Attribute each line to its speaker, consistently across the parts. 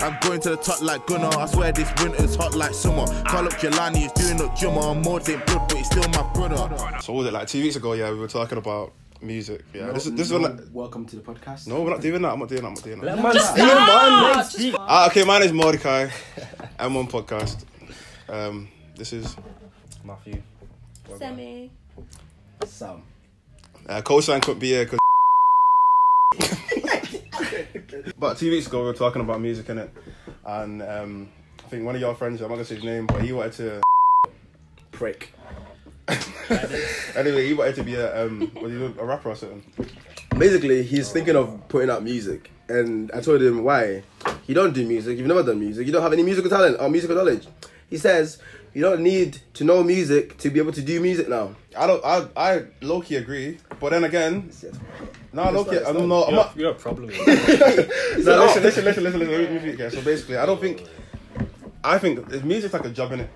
Speaker 1: I'm going to the top like Gunnar. I swear this winter's hot like summer. Call up Jelani, he's doing up drummer. I'm more than blood, but he's still my brother.
Speaker 2: So what was it like two weeks ago? Yeah, we were talking about music. Yeah, this is this
Speaker 3: no,
Speaker 2: is like
Speaker 3: welcome to the podcast.
Speaker 2: no, we're not doing that. I'm not doing that. I'm not doing that.
Speaker 4: Just
Speaker 2: Ian Bond.
Speaker 4: stop. Just stop.
Speaker 2: Ah, okay, my name is Mordecai. I'm on podcast. Um, this is
Speaker 3: Matthew.
Speaker 5: Semi.
Speaker 3: Sam.
Speaker 2: uh, co-sign couldn't be here 'cause- but two weeks ago we were talking about music in it, and um, I think one of your friends, I'm not gonna say his name, but he wanted to.
Speaker 3: Prick.
Speaker 2: Anyway, he wanted to be a um, was he a rapper or something?
Speaker 6: Basically, he's thinking of putting out music, and I told him why. You don't do music. You've never done music. You don't have any musical talent or musical knowledge. He says you don't need to know music to be able to do music now.
Speaker 2: I don't. I I Loki agree, but then again, no, Loki.
Speaker 6: it's
Speaker 2: I'm not. I'm
Speaker 4: You're,
Speaker 2: not.
Speaker 4: you're a problem. man.
Speaker 2: No, listen, listen, listen, listen, listen. Let me repeat again. So basically, I don't think. I think if music's like a job in it.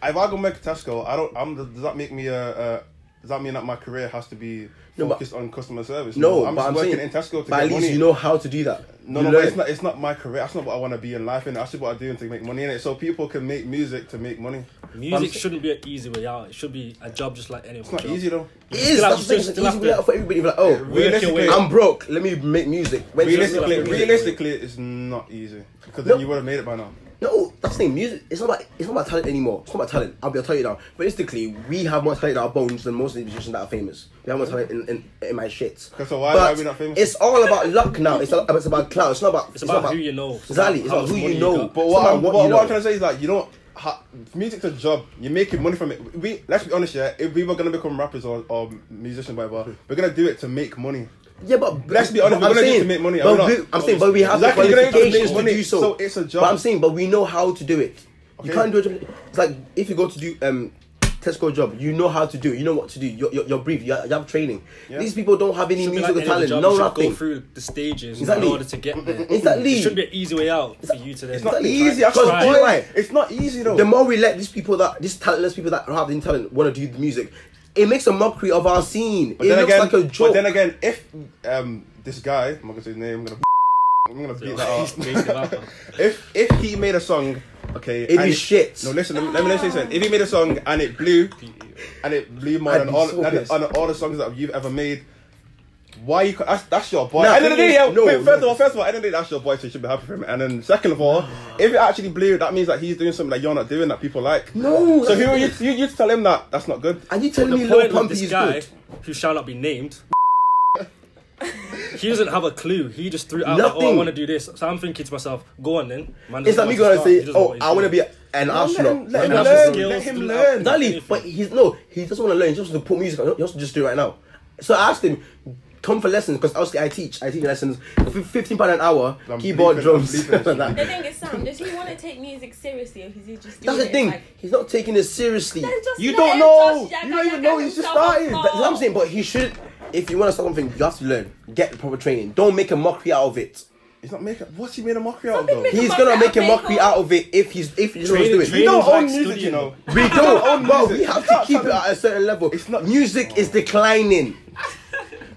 Speaker 2: If I go make Tesco, I don't. I'm. Does that make me a? a does that mean that my career has to be
Speaker 6: but-
Speaker 2: focused on customer service?
Speaker 6: No,
Speaker 2: I'm
Speaker 6: but
Speaker 2: just
Speaker 6: I'm
Speaker 2: working
Speaker 6: saying,
Speaker 2: in Tesco to
Speaker 6: but
Speaker 2: get
Speaker 6: at least
Speaker 2: money.
Speaker 6: you know how to do that.
Speaker 2: no,
Speaker 6: You
Speaker 2: no, but
Speaker 6: learn.
Speaker 2: it's not. It's not my career. That's not what I want to be in life, and that's just what I'm doing to make money in it. So people can make music to make money.
Speaker 4: Music shouldn't be an easy way out. It should be a job just like any other
Speaker 2: It's not
Speaker 4: job.
Speaker 2: easy though.
Speaker 6: It is.
Speaker 4: have
Speaker 6: That's
Speaker 4: to-
Speaker 6: the thing,
Speaker 4: still
Speaker 6: it's
Speaker 4: have
Speaker 6: easy
Speaker 4: to-
Speaker 6: out for everybody. Like, oh,
Speaker 2: Realistically,
Speaker 4: way.
Speaker 6: I'm broke. Let me make music. When
Speaker 2: realistically,
Speaker 4: Music.
Speaker 2: realistically, it's not easy because then
Speaker 6: No.
Speaker 2: you would have made it by now.
Speaker 6: No, that's the thing. Music. It's not about. It's not about talent anymore. It's not about talent. I'll be. I'll tell you now. Realistically, we have more talent in our bones than most of the musicians that are famous. We have more talent in, in, in my shit.
Speaker 2: Okay, so why-
Speaker 6: But
Speaker 2: why we not famous?
Speaker 6: It's all about luck now. It's, not, it's about clout. It's not about.
Speaker 4: It's
Speaker 6: not
Speaker 4: about who you know. It's
Speaker 6: Exactly.
Speaker 4: about
Speaker 6: It's
Speaker 4: how
Speaker 6: about
Speaker 4: much
Speaker 6: who
Speaker 4: money
Speaker 6: you
Speaker 4: you
Speaker 6: know.
Speaker 4: got.
Speaker 6: It's
Speaker 2: But what,
Speaker 6: about
Speaker 2: I'm, what, what I'm
Speaker 6: know.
Speaker 2: trying to say is that you don't. Ha- music's a job. You're making money from it. We let's be honest, yeah. If we were gonna become rappers or, or musicians, whatever, we're gonna do it to make money.
Speaker 6: Yeah, but
Speaker 2: Let's be honest,
Speaker 6: but
Speaker 2: we're
Speaker 6: I'm
Speaker 2: gonna do it
Speaker 6: saying,
Speaker 2: to make money, are we
Speaker 6: But
Speaker 2: not?
Speaker 6: we, I'm saying, but we have
Speaker 2: Exactly,
Speaker 6: the
Speaker 2: you're gonna do it to make
Speaker 6: qualifications to,
Speaker 2: money,
Speaker 6: do so.
Speaker 2: so it's a job.
Speaker 6: But I'm saying, but we know how to do it.
Speaker 2: Okay.
Speaker 6: You can't do a job. It's like if you go to do um Tesco job, you know how to do. it. You know what to do. You're, you're, you're brief. You have, you have training.
Speaker 2: Yeah.
Speaker 6: These people don't have any
Speaker 4: Should be
Speaker 6: musical
Speaker 4: like any other
Speaker 6: talent.
Speaker 4: job.
Speaker 6: No
Speaker 4: You should
Speaker 6: nothing.
Speaker 4: Go through the stages
Speaker 6: Exactly.
Speaker 4: in order to get there.
Speaker 6: Exactly.
Speaker 4: It should be an easy way out for you to.
Speaker 2: It's not
Speaker 6: Exactly.
Speaker 2: easy. That's
Speaker 6: Cause
Speaker 2: what I'm
Speaker 6: why-
Speaker 2: saying.
Speaker 6: why?
Speaker 2: It's not easy though.
Speaker 6: The more we let these people that these talentless people that have the talent want to do the music, it makes a mockery of our scene.
Speaker 2: but
Speaker 6: it
Speaker 2: then
Speaker 6: looks
Speaker 2: again,
Speaker 6: like a joke.
Speaker 2: but then again, if um this guy, I'm not gonna say his name. I'm gonna. I'm gonna beat that up. If if he made a song, okay,
Speaker 6: It'd
Speaker 2: and
Speaker 6: be shit.
Speaker 2: No, listen, let me, let me let me say something. If he made a song and it blew, and it blew more
Speaker 6: I'd
Speaker 2: than
Speaker 6: be
Speaker 2: all
Speaker 6: so
Speaker 2: than,
Speaker 6: pissed.
Speaker 2: than all the songs that you've ever made. Why you? ca- That's, that's your boy.
Speaker 6: Nah,
Speaker 2: end of the day,
Speaker 6: thing
Speaker 2: yeah,
Speaker 6: is- no,
Speaker 2: wait, first
Speaker 6: no.
Speaker 2: of all, first of all, end of the day, that's your boy, so you should be happy for him. And then second of all, if it actually blew, that means that he's doing something that you're not doing that people like.
Speaker 6: No,
Speaker 2: So
Speaker 6: that's-
Speaker 2: who are you? You, you tell him that that's not good.
Speaker 6: and you telling me
Speaker 4: The
Speaker 6: Lil
Speaker 4: point with
Speaker 6: Pumpy
Speaker 4: this
Speaker 6: is
Speaker 4: guy,
Speaker 6: good?
Speaker 4: who shall not be named, he doesn't have a clue. He just threw out, like, oh, I
Speaker 6: Nothing.
Speaker 4: want to do this. So I'm thinking to myself, go on then. Man
Speaker 6: It's
Speaker 4: doesn't
Speaker 6: like me going
Speaker 4: know how
Speaker 6: to
Speaker 4: start.
Speaker 6: say,
Speaker 4: He doesn't know
Speaker 6: "Oh,
Speaker 4: what he's
Speaker 6: I want to
Speaker 4: doing.
Speaker 6: be a- an astronaut."
Speaker 2: Let him
Speaker 4: Right now,
Speaker 2: learn.
Speaker 4: skills,
Speaker 2: Let him
Speaker 4: do
Speaker 2: learn.
Speaker 4: that.
Speaker 6: Exactly, but he's no, he doesn't want to learn. He just wants to put music. on. He wants to just do it right now. So I asked him, "Come for lessons," because obviously I teach. I teach lessons, F- fifteen pound an hour,
Speaker 2: I'm
Speaker 6: keyboard,
Speaker 2: bleeping, I'm
Speaker 6: drums.
Speaker 2: bleeping, I'm
Speaker 6: Nah.
Speaker 5: The thing is, Sam, does he want to take music seriously or is he just doing
Speaker 6: That's the
Speaker 5: it
Speaker 6: thing.
Speaker 5: like-
Speaker 6: He's not taking it seriously.
Speaker 5: Let's just
Speaker 2: You
Speaker 5: let
Speaker 2: don't
Speaker 5: him
Speaker 2: know.
Speaker 5: just
Speaker 2: You don't even
Speaker 5: yakka
Speaker 2: know
Speaker 5: yakka
Speaker 2: he's just
Speaker 5: himself off.
Speaker 2: starting.
Speaker 6: That's what I'm saying. But he should. If you want to start something, you have to learn. Get the proper training. Don't make a mockery out of it.
Speaker 2: He's not making. What's he made a mockery out of
Speaker 5: Something
Speaker 2: though?
Speaker 5: make
Speaker 6: He's
Speaker 5: mockery
Speaker 6: gonna
Speaker 5: out
Speaker 6: make a
Speaker 5: of
Speaker 6: mockery
Speaker 5: people.
Speaker 6: out of it if he's if you know what he's
Speaker 4: Training-
Speaker 6: doing.
Speaker 2: You
Speaker 4: He
Speaker 2: don't
Speaker 4: was,
Speaker 2: own
Speaker 4: like,
Speaker 2: music, you
Speaker 4: studying.
Speaker 2: know.
Speaker 6: We don't own but we
Speaker 2: music.
Speaker 6: have
Speaker 2: Stop
Speaker 6: to keep it
Speaker 2: telling-
Speaker 6: at a certain level.
Speaker 2: It's not- Oh.
Speaker 6: music is declining.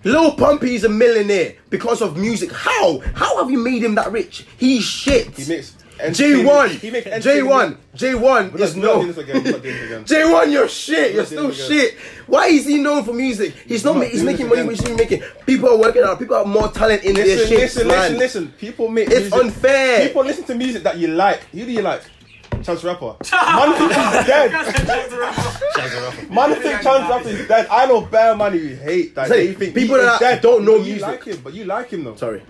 Speaker 6: Lil Pumpy is a millionaire because of music. How? How have you made him that rich? He's shit.
Speaker 2: He makes
Speaker 6: J1.
Speaker 2: He makes
Speaker 6: J1. J1
Speaker 2: We're not-
Speaker 6: is
Speaker 2: we're not
Speaker 6: no.
Speaker 2: doing this again, we're not doing this again.
Speaker 6: J1, you're shit. You're
Speaker 2: not doing
Speaker 6: still
Speaker 2: this
Speaker 6: shit. Why is he known for music? He's not.
Speaker 2: not
Speaker 6: ma- he's
Speaker 2: doing this
Speaker 6: making money
Speaker 2: again.
Speaker 6: which he's making. People are working out. People have more talent in their
Speaker 2: Listen,
Speaker 6: shit.
Speaker 2: listen,
Speaker 6: man.
Speaker 2: listen, listen. People make
Speaker 6: It's
Speaker 2: music.
Speaker 6: unfair.
Speaker 2: People listen to music that you like. Who do you like? Chance Rapper. Man think he's dead. Man think Chance Rapper is dead. I know bare man who hate that.
Speaker 6: Say,
Speaker 2: they think
Speaker 6: people
Speaker 2: he is
Speaker 6: that
Speaker 2: dead.
Speaker 6: don't know
Speaker 2: But You
Speaker 6: music.
Speaker 2: like him, but you like him though.
Speaker 6: Sorry.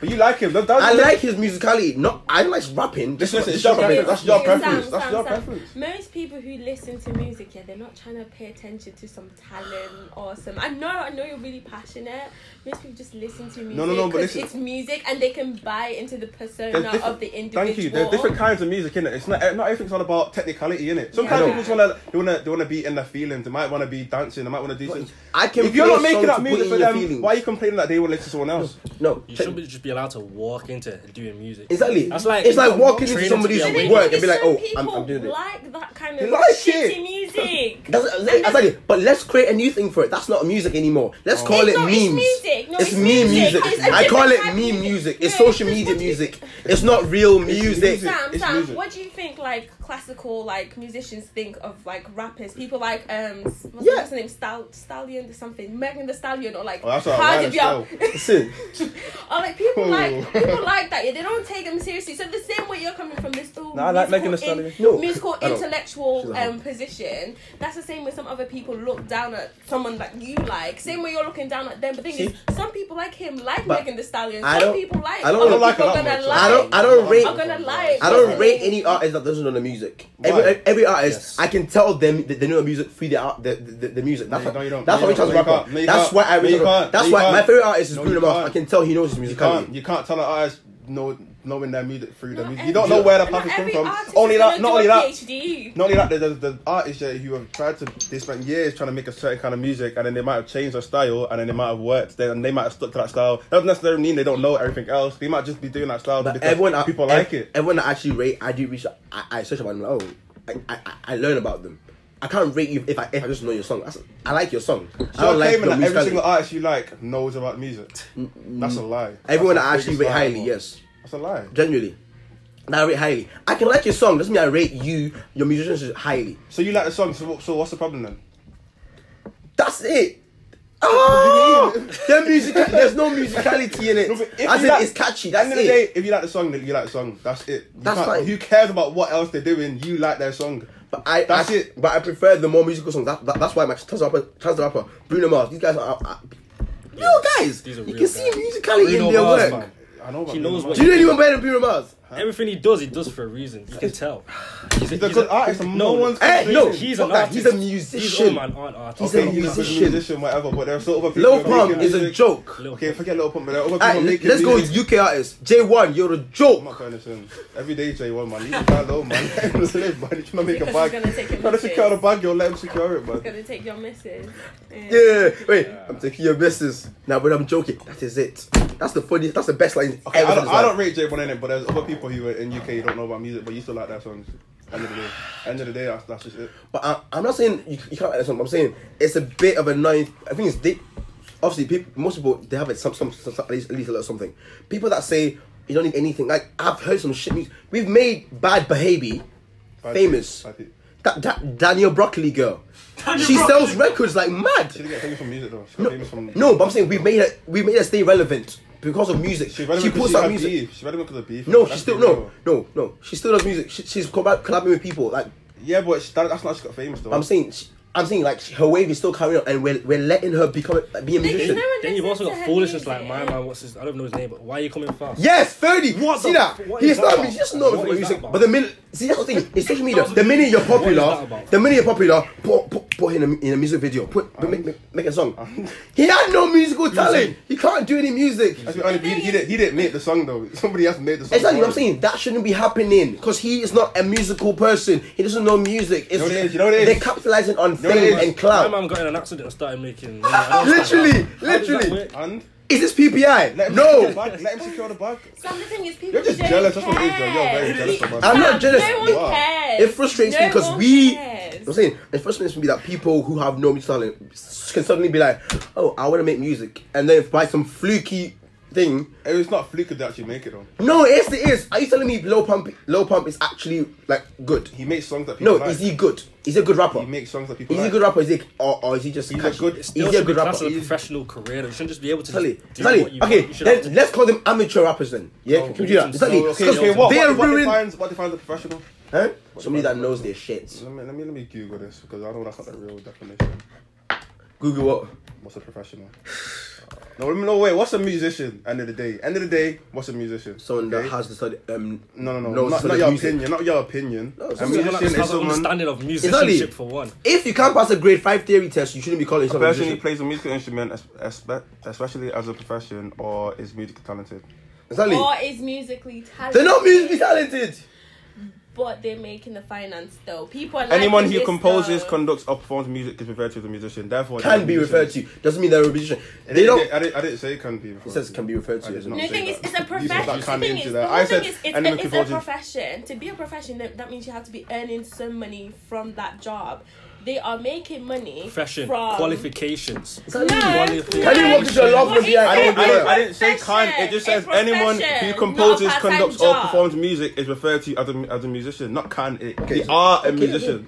Speaker 2: But you like him. That- that's-
Speaker 6: I like his musicality. Not I like his rapping.
Speaker 2: Listen, listen,
Speaker 6: Just-
Speaker 2: it's your
Speaker 6: just-
Speaker 2: preference. That's your
Speaker 5: Sam,
Speaker 2: preference. That's
Speaker 5: Sam,
Speaker 2: your
Speaker 5: Sam.
Speaker 2: preference.
Speaker 5: Most people who listen to music, yeah, they're not trying to pay attention to some talent or some. I know, I know, you're really passionate. Most people just listen to music.
Speaker 2: No, no, no, but
Speaker 5: 'cause
Speaker 2: listen-
Speaker 5: it's music, and they can buy into the
Speaker 2: There's
Speaker 5: persona
Speaker 2: different-
Speaker 5: of the individual.
Speaker 2: Thank you. There's different kinds of music in it. It's not not everything's all about technicality in it. Sometimes
Speaker 5: Yeah.
Speaker 2: people just wanna they wanna they wanna be in their feelings. They might wanna be dancing. They might wanna do something.
Speaker 6: I can
Speaker 2: If you're
Speaker 6: play
Speaker 2: not making
Speaker 6: songs
Speaker 2: that
Speaker 6: to put
Speaker 2: music
Speaker 6: in
Speaker 2: for
Speaker 6: your
Speaker 2: them,
Speaker 6: feelings.
Speaker 2: why are you complaining that they will listen to someone else?
Speaker 6: No.
Speaker 4: You
Speaker 6: check-
Speaker 4: should be, just be allowed to walk into doing music.
Speaker 6: Exactly.
Speaker 4: That's like-
Speaker 6: it's like walking
Speaker 4: Training
Speaker 6: into
Speaker 4: to
Speaker 6: somebody's
Speaker 4: be a
Speaker 5: But
Speaker 4: waiter.
Speaker 6: work
Speaker 5: then
Speaker 6: and be like,
Speaker 5: some
Speaker 6: oh, I'm,
Speaker 5: people
Speaker 6: I'm doing it.
Speaker 5: like that kind
Speaker 6: They
Speaker 5: of
Speaker 6: like
Speaker 5: shitty
Speaker 6: it.
Speaker 5: music.
Speaker 6: That's, exactly. But let's create a new thing for it. That's not music anymore. Let's
Speaker 2: Oh.
Speaker 6: call
Speaker 5: It's
Speaker 6: it
Speaker 5: not-
Speaker 6: memes.
Speaker 5: it's music. No,
Speaker 6: It's
Speaker 5: it's
Speaker 6: meme
Speaker 5: music.
Speaker 6: music.
Speaker 5: It's a
Speaker 6: I call
Speaker 5: different
Speaker 6: it
Speaker 5: type of
Speaker 6: meme
Speaker 5: music.
Speaker 6: music. It's
Speaker 5: No,
Speaker 6: social
Speaker 5: it's
Speaker 6: media
Speaker 5: not-
Speaker 6: music. It's not real music.
Speaker 2: music.
Speaker 5: Sam,
Speaker 2: It's
Speaker 5: Sam,
Speaker 2: music.
Speaker 5: what do you think like classical like musicians think of like rappers? People like um what's
Speaker 6: Yeah.
Speaker 5: his name? Stal- Stallion or something, Megan the Stallion or like
Speaker 2: Oh, that's what I
Speaker 5: Cardi
Speaker 2: like,
Speaker 5: B are-
Speaker 6: Listen,
Speaker 5: or like people
Speaker 2: Oh.
Speaker 5: like people like that. Yeah, they don't take them seriously. So the same way you're coming from this oh,
Speaker 3: No, I like Megan Thee
Speaker 5: musical in-
Speaker 3: Stallion.
Speaker 6: No,
Speaker 5: musical
Speaker 6: I don't. She's
Speaker 5: intellectual
Speaker 6: a hoe.
Speaker 5: um position. That's the same way some other people look down at someone that you like. Same way you're looking down at them. But the thing is some people like him like
Speaker 6: But
Speaker 5: Megan the Stallion.
Speaker 6: I
Speaker 5: Some
Speaker 6: don't-
Speaker 5: people like
Speaker 6: I don't
Speaker 5: other
Speaker 6: like
Speaker 5: people
Speaker 2: her
Speaker 5: are
Speaker 2: that much.
Speaker 5: gonna like
Speaker 6: I don't. I don't rate.
Speaker 5: I'm gonna lie.
Speaker 6: I don't rate any artist that doesn't know the music. Every,
Speaker 2: Why?
Speaker 6: every artist,
Speaker 4: Yes.
Speaker 6: I can tell them that they know the music through the art, the, the, the music. That's
Speaker 2: No,
Speaker 6: why-
Speaker 2: you don't.
Speaker 6: that's
Speaker 2: No,
Speaker 6: why
Speaker 2: you
Speaker 6: we
Speaker 2: don't.
Speaker 6: rap
Speaker 2: No, you
Speaker 6: up.
Speaker 2: can't. No, you
Speaker 6: That's
Speaker 2: can't.
Speaker 6: why I
Speaker 2: No, you
Speaker 6: reach out.
Speaker 2: can't.
Speaker 6: That's
Speaker 2: No,
Speaker 6: why
Speaker 2: you
Speaker 6: my
Speaker 2: can't.
Speaker 6: favorite artist is
Speaker 2: No,
Speaker 6: Bruno
Speaker 2: you
Speaker 6: Mars. I
Speaker 2: can't.
Speaker 6: can tell he knows his
Speaker 2: You
Speaker 6: music.
Speaker 2: can't, you can't tell an artist no, knowing their music through their music. You
Speaker 5: every-
Speaker 2: don't know where the
Speaker 5: not
Speaker 2: path is
Speaker 5: every
Speaker 2: coming from.
Speaker 5: artist
Speaker 2: Only
Speaker 5: is
Speaker 2: that,
Speaker 5: gonna
Speaker 2: not
Speaker 5: do
Speaker 2: only
Speaker 5: a
Speaker 2: that,
Speaker 5: PhD.
Speaker 2: not only that, there's, there's artists yeah, who have tried to they spent years trying to make a certain kind of music, and then they might have changed their style, and then they might have worked, then and they might have stuck to that style. That doesn't necessarily mean they don't know everything else. They might just be doing that style
Speaker 6: But
Speaker 2: because
Speaker 6: everyone, I-
Speaker 2: people
Speaker 6: ev-
Speaker 2: like it.
Speaker 6: Everyone I actually rate, I do reach. I, I search about them. Like, oh, I, I, I learn about them. I can't rate you if I if I just know your song. That's, I like your song. I
Speaker 2: So
Speaker 6: don't like
Speaker 2: claiming
Speaker 6: your
Speaker 2: that every
Speaker 6: musicality.
Speaker 2: single artist you like knows about music, that's a lie.
Speaker 6: Everyone
Speaker 2: That's the
Speaker 6: I actually
Speaker 2: biggest
Speaker 6: rate
Speaker 2: lie
Speaker 6: highly.
Speaker 2: ever.
Speaker 6: Yes,
Speaker 2: that's a lie.
Speaker 6: genuinely. And I rate highly. I can like your song. Doesn't mean I rate you, your musicians highly.
Speaker 2: So you like the song? So, what- so what's the problem then?
Speaker 6: That's it. Oh, their music. There's no musicality in it.
Speaker 2: No, but if
Speaker 6: I
Speaker 2: you
Speaker 6: said
Speaker 2: like-
Speaker 6: it's catchy.
Speaker 2: At the
Speaker 6: That's
Speaker 2: end of
Speaker 6: it.
Speaker 2: the day, if you like the song, then you like the song. That's it. You
Speaker 6: That's
Speaker 2: can't-
Speaker 6: fine.
Speaker 2: Who cares about what else they're doing? You like their song.
Speaker 6: But I,
Speaker 2: That's
Speaker 6: I-
Speaker 2: it.
Speaker 6: But I prefer the more musical songs. That, that, that's why my Chance the Rapper, Chance the Rapper, Bruno Mars. These guys are, are real guys.
Speaker 4: these are
Speaker 6: you
Speaker 4: real
Speaker 6: can see
Speaker 4: guys.
Speaker 6: musicality
Speaker 4: Bruno
Speaker 6: in their
Speaker 4: Mars,
Speaker 6: work.
Speaker 4: man.
Speaker 2: I know. about
Speaker 4: He
Speaker 2: Bruno
Speaker 4: knows
Speaker 2: Mars.
Speaker 4: what
Speaker 6: Do you know anyone better than Bruno Mars?
Speaker 4: Everything he does, he does for a reason. You can tell. He's a,
Speaker 2: He's a good artist. and No one's.
Speaker 6: Hey, uh, no,
Speaker 4: He's
Speaker 6: fuck
Speaker 4: an
Speaker 6: that.
Speaker 4: artist.
Speaker 6: He's a
Speaker 4: He's
Speaker 6: musician.
Speaker 4: all man, aren't artist.
Speaker 6: He's
Speaker 2: okay,
Speaker 6: a
Speaker 2: he's a
Speaker 6: musician.
Speaker 2: good musician, whatever. But there are sort of other people.
Speaker 6: Lil
Speaker 2: who
Speaker 6: Pump
Speaker 2: making
Speaker 6: is a
Speaker 2: music.
Speaker 6: joke.
Speaker 4: Lil
Speaker 2: Okay,
Speaker 4: Pump.
Speaker 2: forget Lil Pump. But there are other people
Speaker 6: Alright,
Speaker 2: making
Speaker 6: let's go
Speaker 2: music.
Speaker 6: with UK artists. J1, you're a
Speaker 2: I'm not
Speaker 6: joke.
Speaker 2: trying to listen. Every day, J1, man. You can't know, man. Listen, man. You're trying to make a
Speaker 5: Because
Speaker 2: bag.
Speaker 5: he's gonna take your
Speaker 2: Trying to secure the
Speaker 5: misses.
Speaker 2: bag, you'll let him secure it,
Speaker 5: It's
Speaker 2: man.
Speaker 5: gonna take your misses. Yeah.
Speaker 6: Yeah, wait, I'm taking your misses. Now, but I'm joking. That is it. That's the funniest, that's the best line
Speaker 2: Okay,
Speaker 6: ever.
Speaker 2: I don't,
Speaker 6: in
Speaker 2: I
Speaker 6: this
Speaker 2: don't rate J1 in it, but there's other people who are in UK who don't know about music, but you still like their songs. End of the day, end of the day, that's, that's just it.
Speaker 6: But I, I'm not saying you, you can't like the song. but I'm saying it's a bit of a annoying. I think it's they, obviously people, most people they have it some, some, some at, least, at least a little something. People that say you don't need anything. Like I've heard some shit. Music. We've made Bad Behavior
Speaker 2: Bad
Speaker 6: famous.
Speaker 2: Bad beat.
Speaker 6: That, that Daniel Broccoli girl. she sells records like mad.
Speaker 2: She didn't get famous from music though. She got
Speaker 6: No,
Speaker 2: famous from
Speaker 6: no, but I'm saying we've made her we made her stay relevant because of music.
Speaker 2: She
Speaker 6: She,
Speaker 2: read him because
Speaker 6: puts
Speaker 2: she
Speaker 6: out
Speaker 2: had
Speaker 6: music.
Speaker 2: beef. She read him because of beef.
Speaker 6: No,
Speaker 2: That's
Speaker 6: she still
Speaker 2: beef,
Speaker 6: no
Speaker 2: though.
Speaker 6: no no. She still does music. She, she's collab- collabing with people like
Speaker 2: Yeah, but she, that, that's not how she got famous though.
Speaker 6: I'm saying, she- I'm saying, like her wave is still carrying on, and we're, we're letting her become a, be a
Speaker 5: There's
Speaker 6: musician.
Speaker 5: no one
Speaker 4: Then you've
Speaker 5: listens
Speaker 4: also
Speaker 5: to
Speaker 4: got
Speaker 5: her
Speaker 4: foolishness like
Speaker 5: music.
Speaker 4: my man. What's his? I don't know his name, but why are you coming fast?
Speaker 6: Yes, thirty.
Speaker 4: What
Speaker 6: see
Speaker 4: the
Speaker 6: that?
Speaker 4: f- what
Speaker 6: He's
Speaker 4: is that
Speaker 6: not.
Speaker 4: about?
Speaker 6: He's just not
Speaker 4: What
Speaker 6: about
Speaker 4: is
Speaker 6: music.
Speaker 4: that about?
Speaker 6: But the minute, see that's the thing. It's social media.
Speaker 4: Doesn't
Speaker 6: The minute you're
Speaker 4: mean- what is that
Speaker 6: popular,
Speaker 4: about?
Speaker 6: the minute you're popular, put put, put him in a music video. Put but make, make, make a song. He had no musical talent. He can't do any music.
Speaker 2: Let's be honest, he, he, didn't, he didn't make the song though. Somebody else made the song.
Speaker 6: Exactly
Speaker 2: for
Speaker 6: what I'm
Speaker 2: him.
Speaker 6: saying. That shouldn't be happening because he is not a musical person. He doesn't know music. It's,
Speaker 2: know what it is, you know what it is?
Speaker 6: They're capitalizing on
Speaker 2: know what it
Speaker 6: fame
Speaker 2: is?
Speaker 6: and
Speaker 4: My
Speaker 6: clout.
Speaker 4: man got in an accident and started making. I don't understand
Speaker 6: Literally,
Speaker 4: that. How does that
Speaker 6: literally.
Speaker 4: work?
Speaker 2: And
Speaker 6: Is this PPI?
Speaker 2: let him secure
Speaker 6: no.
Speaker 2: the bag. Let him secure the bag.
Speaker 5: Sam, the thing is, people
Speaker 2: You're just
Speaker 5: don't
Speaker 2: jealous.
Speaker 5: Care.
Speaker 2: That's what it is, Joe. You're very jealous of us.
Speaker 6: I'm not
Speaker 5: Sam,
Speaker 6: jealous.
Speaker 5: No one
Speaker 6: You
Speaker 2: are.
Speaker 5: cares.
Speaker 6: It frustrates me
Speaker 5: No
Speaker 6: because
Speaker 5: one
Speaker 6: we.
Speaker 5: cares.
Speaker 6: I'm saying it frustrates me that people who have no music talent can suddenly be like, "Oh, I want to make music," and then by some fluky thing,
Speaker 2: It was not Fluker that actually make it though.
Speaker 6: no, yes, it is. Are you telling me low pump? Low pump is actually like good?
Speaker 2: He makes songs that people
Speaker 6: No,
Speaker 2: like.
Speaker 6: is he good? Is he a good rapper?
Speaker 2: He makes songs that people
Speaker 6: Is he a
Speaker 2: like.
Speaker 6: good rapper? Is he or, or is he just
Speaker 2: He's a
Speaker 6: catchy?
Speaker 2: good-
Speaker 4: It
Speaker 6: Is
Speaker 4: still
Speaker 6: he a
Speaker 4: should be
Speaker 6: good
Speaker 4: classed
Speaker 6: rapper?
Speaker 4: as a professional career. though. You shouldn't just be able to.
Speaker 6: Exactly.
Speaker 4: just do what
Speaker 6: Exactly.
Speaker 4: you
Speaker 6: Okay,
Speaker 4: want. You should have
Speaker 6: then
Speaker 4: to-
Speaker 6: let's call them amateur rappers then. Yeah, can we do that? Exactly.
Speaker 2: So, Oh, okay,
Speaker 6: 'Cause
Speaker 2: okay, what,
Speaker 6: they are
Speaker 2: what, what,
Speaker 6: ruining-
Speaker 2: defines, what defines a professional?
Speaker 6: Huh? Somebody that knows their shit.
Speaker 2: Let me, let me let me Google this because I know that's not the real definition.
Speaker 6: Google what?
Speaker 2: What's a professional? No, let me- no, wait. What's a musician? End of the day. End of the day. What's a musician?
Speaker 6: Someone that
Speaker 2: Okay?
Speaker 6: has the study. Um,
Speaker 2: No, no, no.
Speaker 6: knows the
Speaker 2: Not,
Speaker 6: study
Speaker 2: not
Speaker 6: of
Speaker 2: your
Speaker 6: music.
Speaker 2: opinion. Not your opinion. a
Speaker 6: someone
Speaker 4: Someone that
Speaker 2: musician
Speaker 4: has
Speaker 2: is
Speaker 4: an
Speaker 2: someone
Speaker 4: understanding of musicianship
Speaker 6: Exactly.
Speaker 4: for one.
Speaker 6: If you can't pass a grade five theory test, you shouldn't be calling
Speaker 2: a
Speaker 6: yourself a
Speaker 2: person who
Speaker 6: musician.
Speaker 2: plays a musical instrument, es- espe- especially as a profession, or is musically talented.
Speaker 6: Exactly.
Speaker 5: Or is musically talented.
Speaker 6: They're not musically talented.
Speaker 5: but they're making the finance though. People are
Speaker 2: Anyone
Speaker 5: liking
Speaker 2: who
Speaker 5: this,
Speaker 2: composes,
Speaker 5: though.
Speaker 2: conducts, or performs music is referred to as a musician. Therefore,
Speaker 6: Can be referred to. Doesn't mean they're a musician.
Speaker 2: I
Speaker 6: They
Speaker 2: didn't,
Speaker 6: don't.
Speaker 2: I didn't, I didn't say can be. Referred
Speaker 6: It says can be referred
Speaker 2: I
Speaker 6: to.
Speaker 2: did
Speaker 6: isn't
Speaker 2: uh, not
Speaker 5: No,
Speaker 6: it?
Speaker 5: the thing
Speaker 2: say
Speaker 5: is,
Speaker 2: that. You
Speaker 5: it's a
Speaker 2: said
Speaker 5: profession.
Speaker 2: that
Speaker 5: The
Speaker 2: can
Speaker 5: thing
Speaker 2: into
Speaker 5: is,
Speaker 2: that.
Speaker 5: the
Speaker 2: I
Speaker 5: whole
Speaker 2: said
Speaker 5: thing is, it's,
Speaker 2: anyone
Speaker 5: a,
Speaker 2: can
Speaker 5: it's a
Speaker 2: fall into.
Speaker 5: profession. To be a profession, that, that means you have to be earning some money from that job. They are making money
Speaker 4: Profession,
Speaker 5: from
Speaker 4: qualifications.
Speaker 5: No,
Speaker 4: Qualification.
Speaker 6: Can you walk into a law
Speaker 5: What
Speaker 6: firm?
Speaker 5: is
Speaker 6: Yeah,
Speaker 2: I
Speaker 5: it?
Speaker 2: didn't, I, didn't, I didn't say
Speaker 5: Profession,
Speaker 2: can. It just
Speaker 5: a
Speaker 2: says anyone
Speaker 5: profession,
Speaker 2: who
Speaker 5: not a
Speaker 2: composes,
Speaker 5: part-time
Speaker 2: conducts, or
Speaker 5: job.
Speaker 2: performs music is referred to as a, as a musician. Not can. It.
Speaker 6: Okay,
Speaker 2: they
Speaker 6: so-
Speaker 2: are a
Speaker 6: okay,
Speaker 2: musician.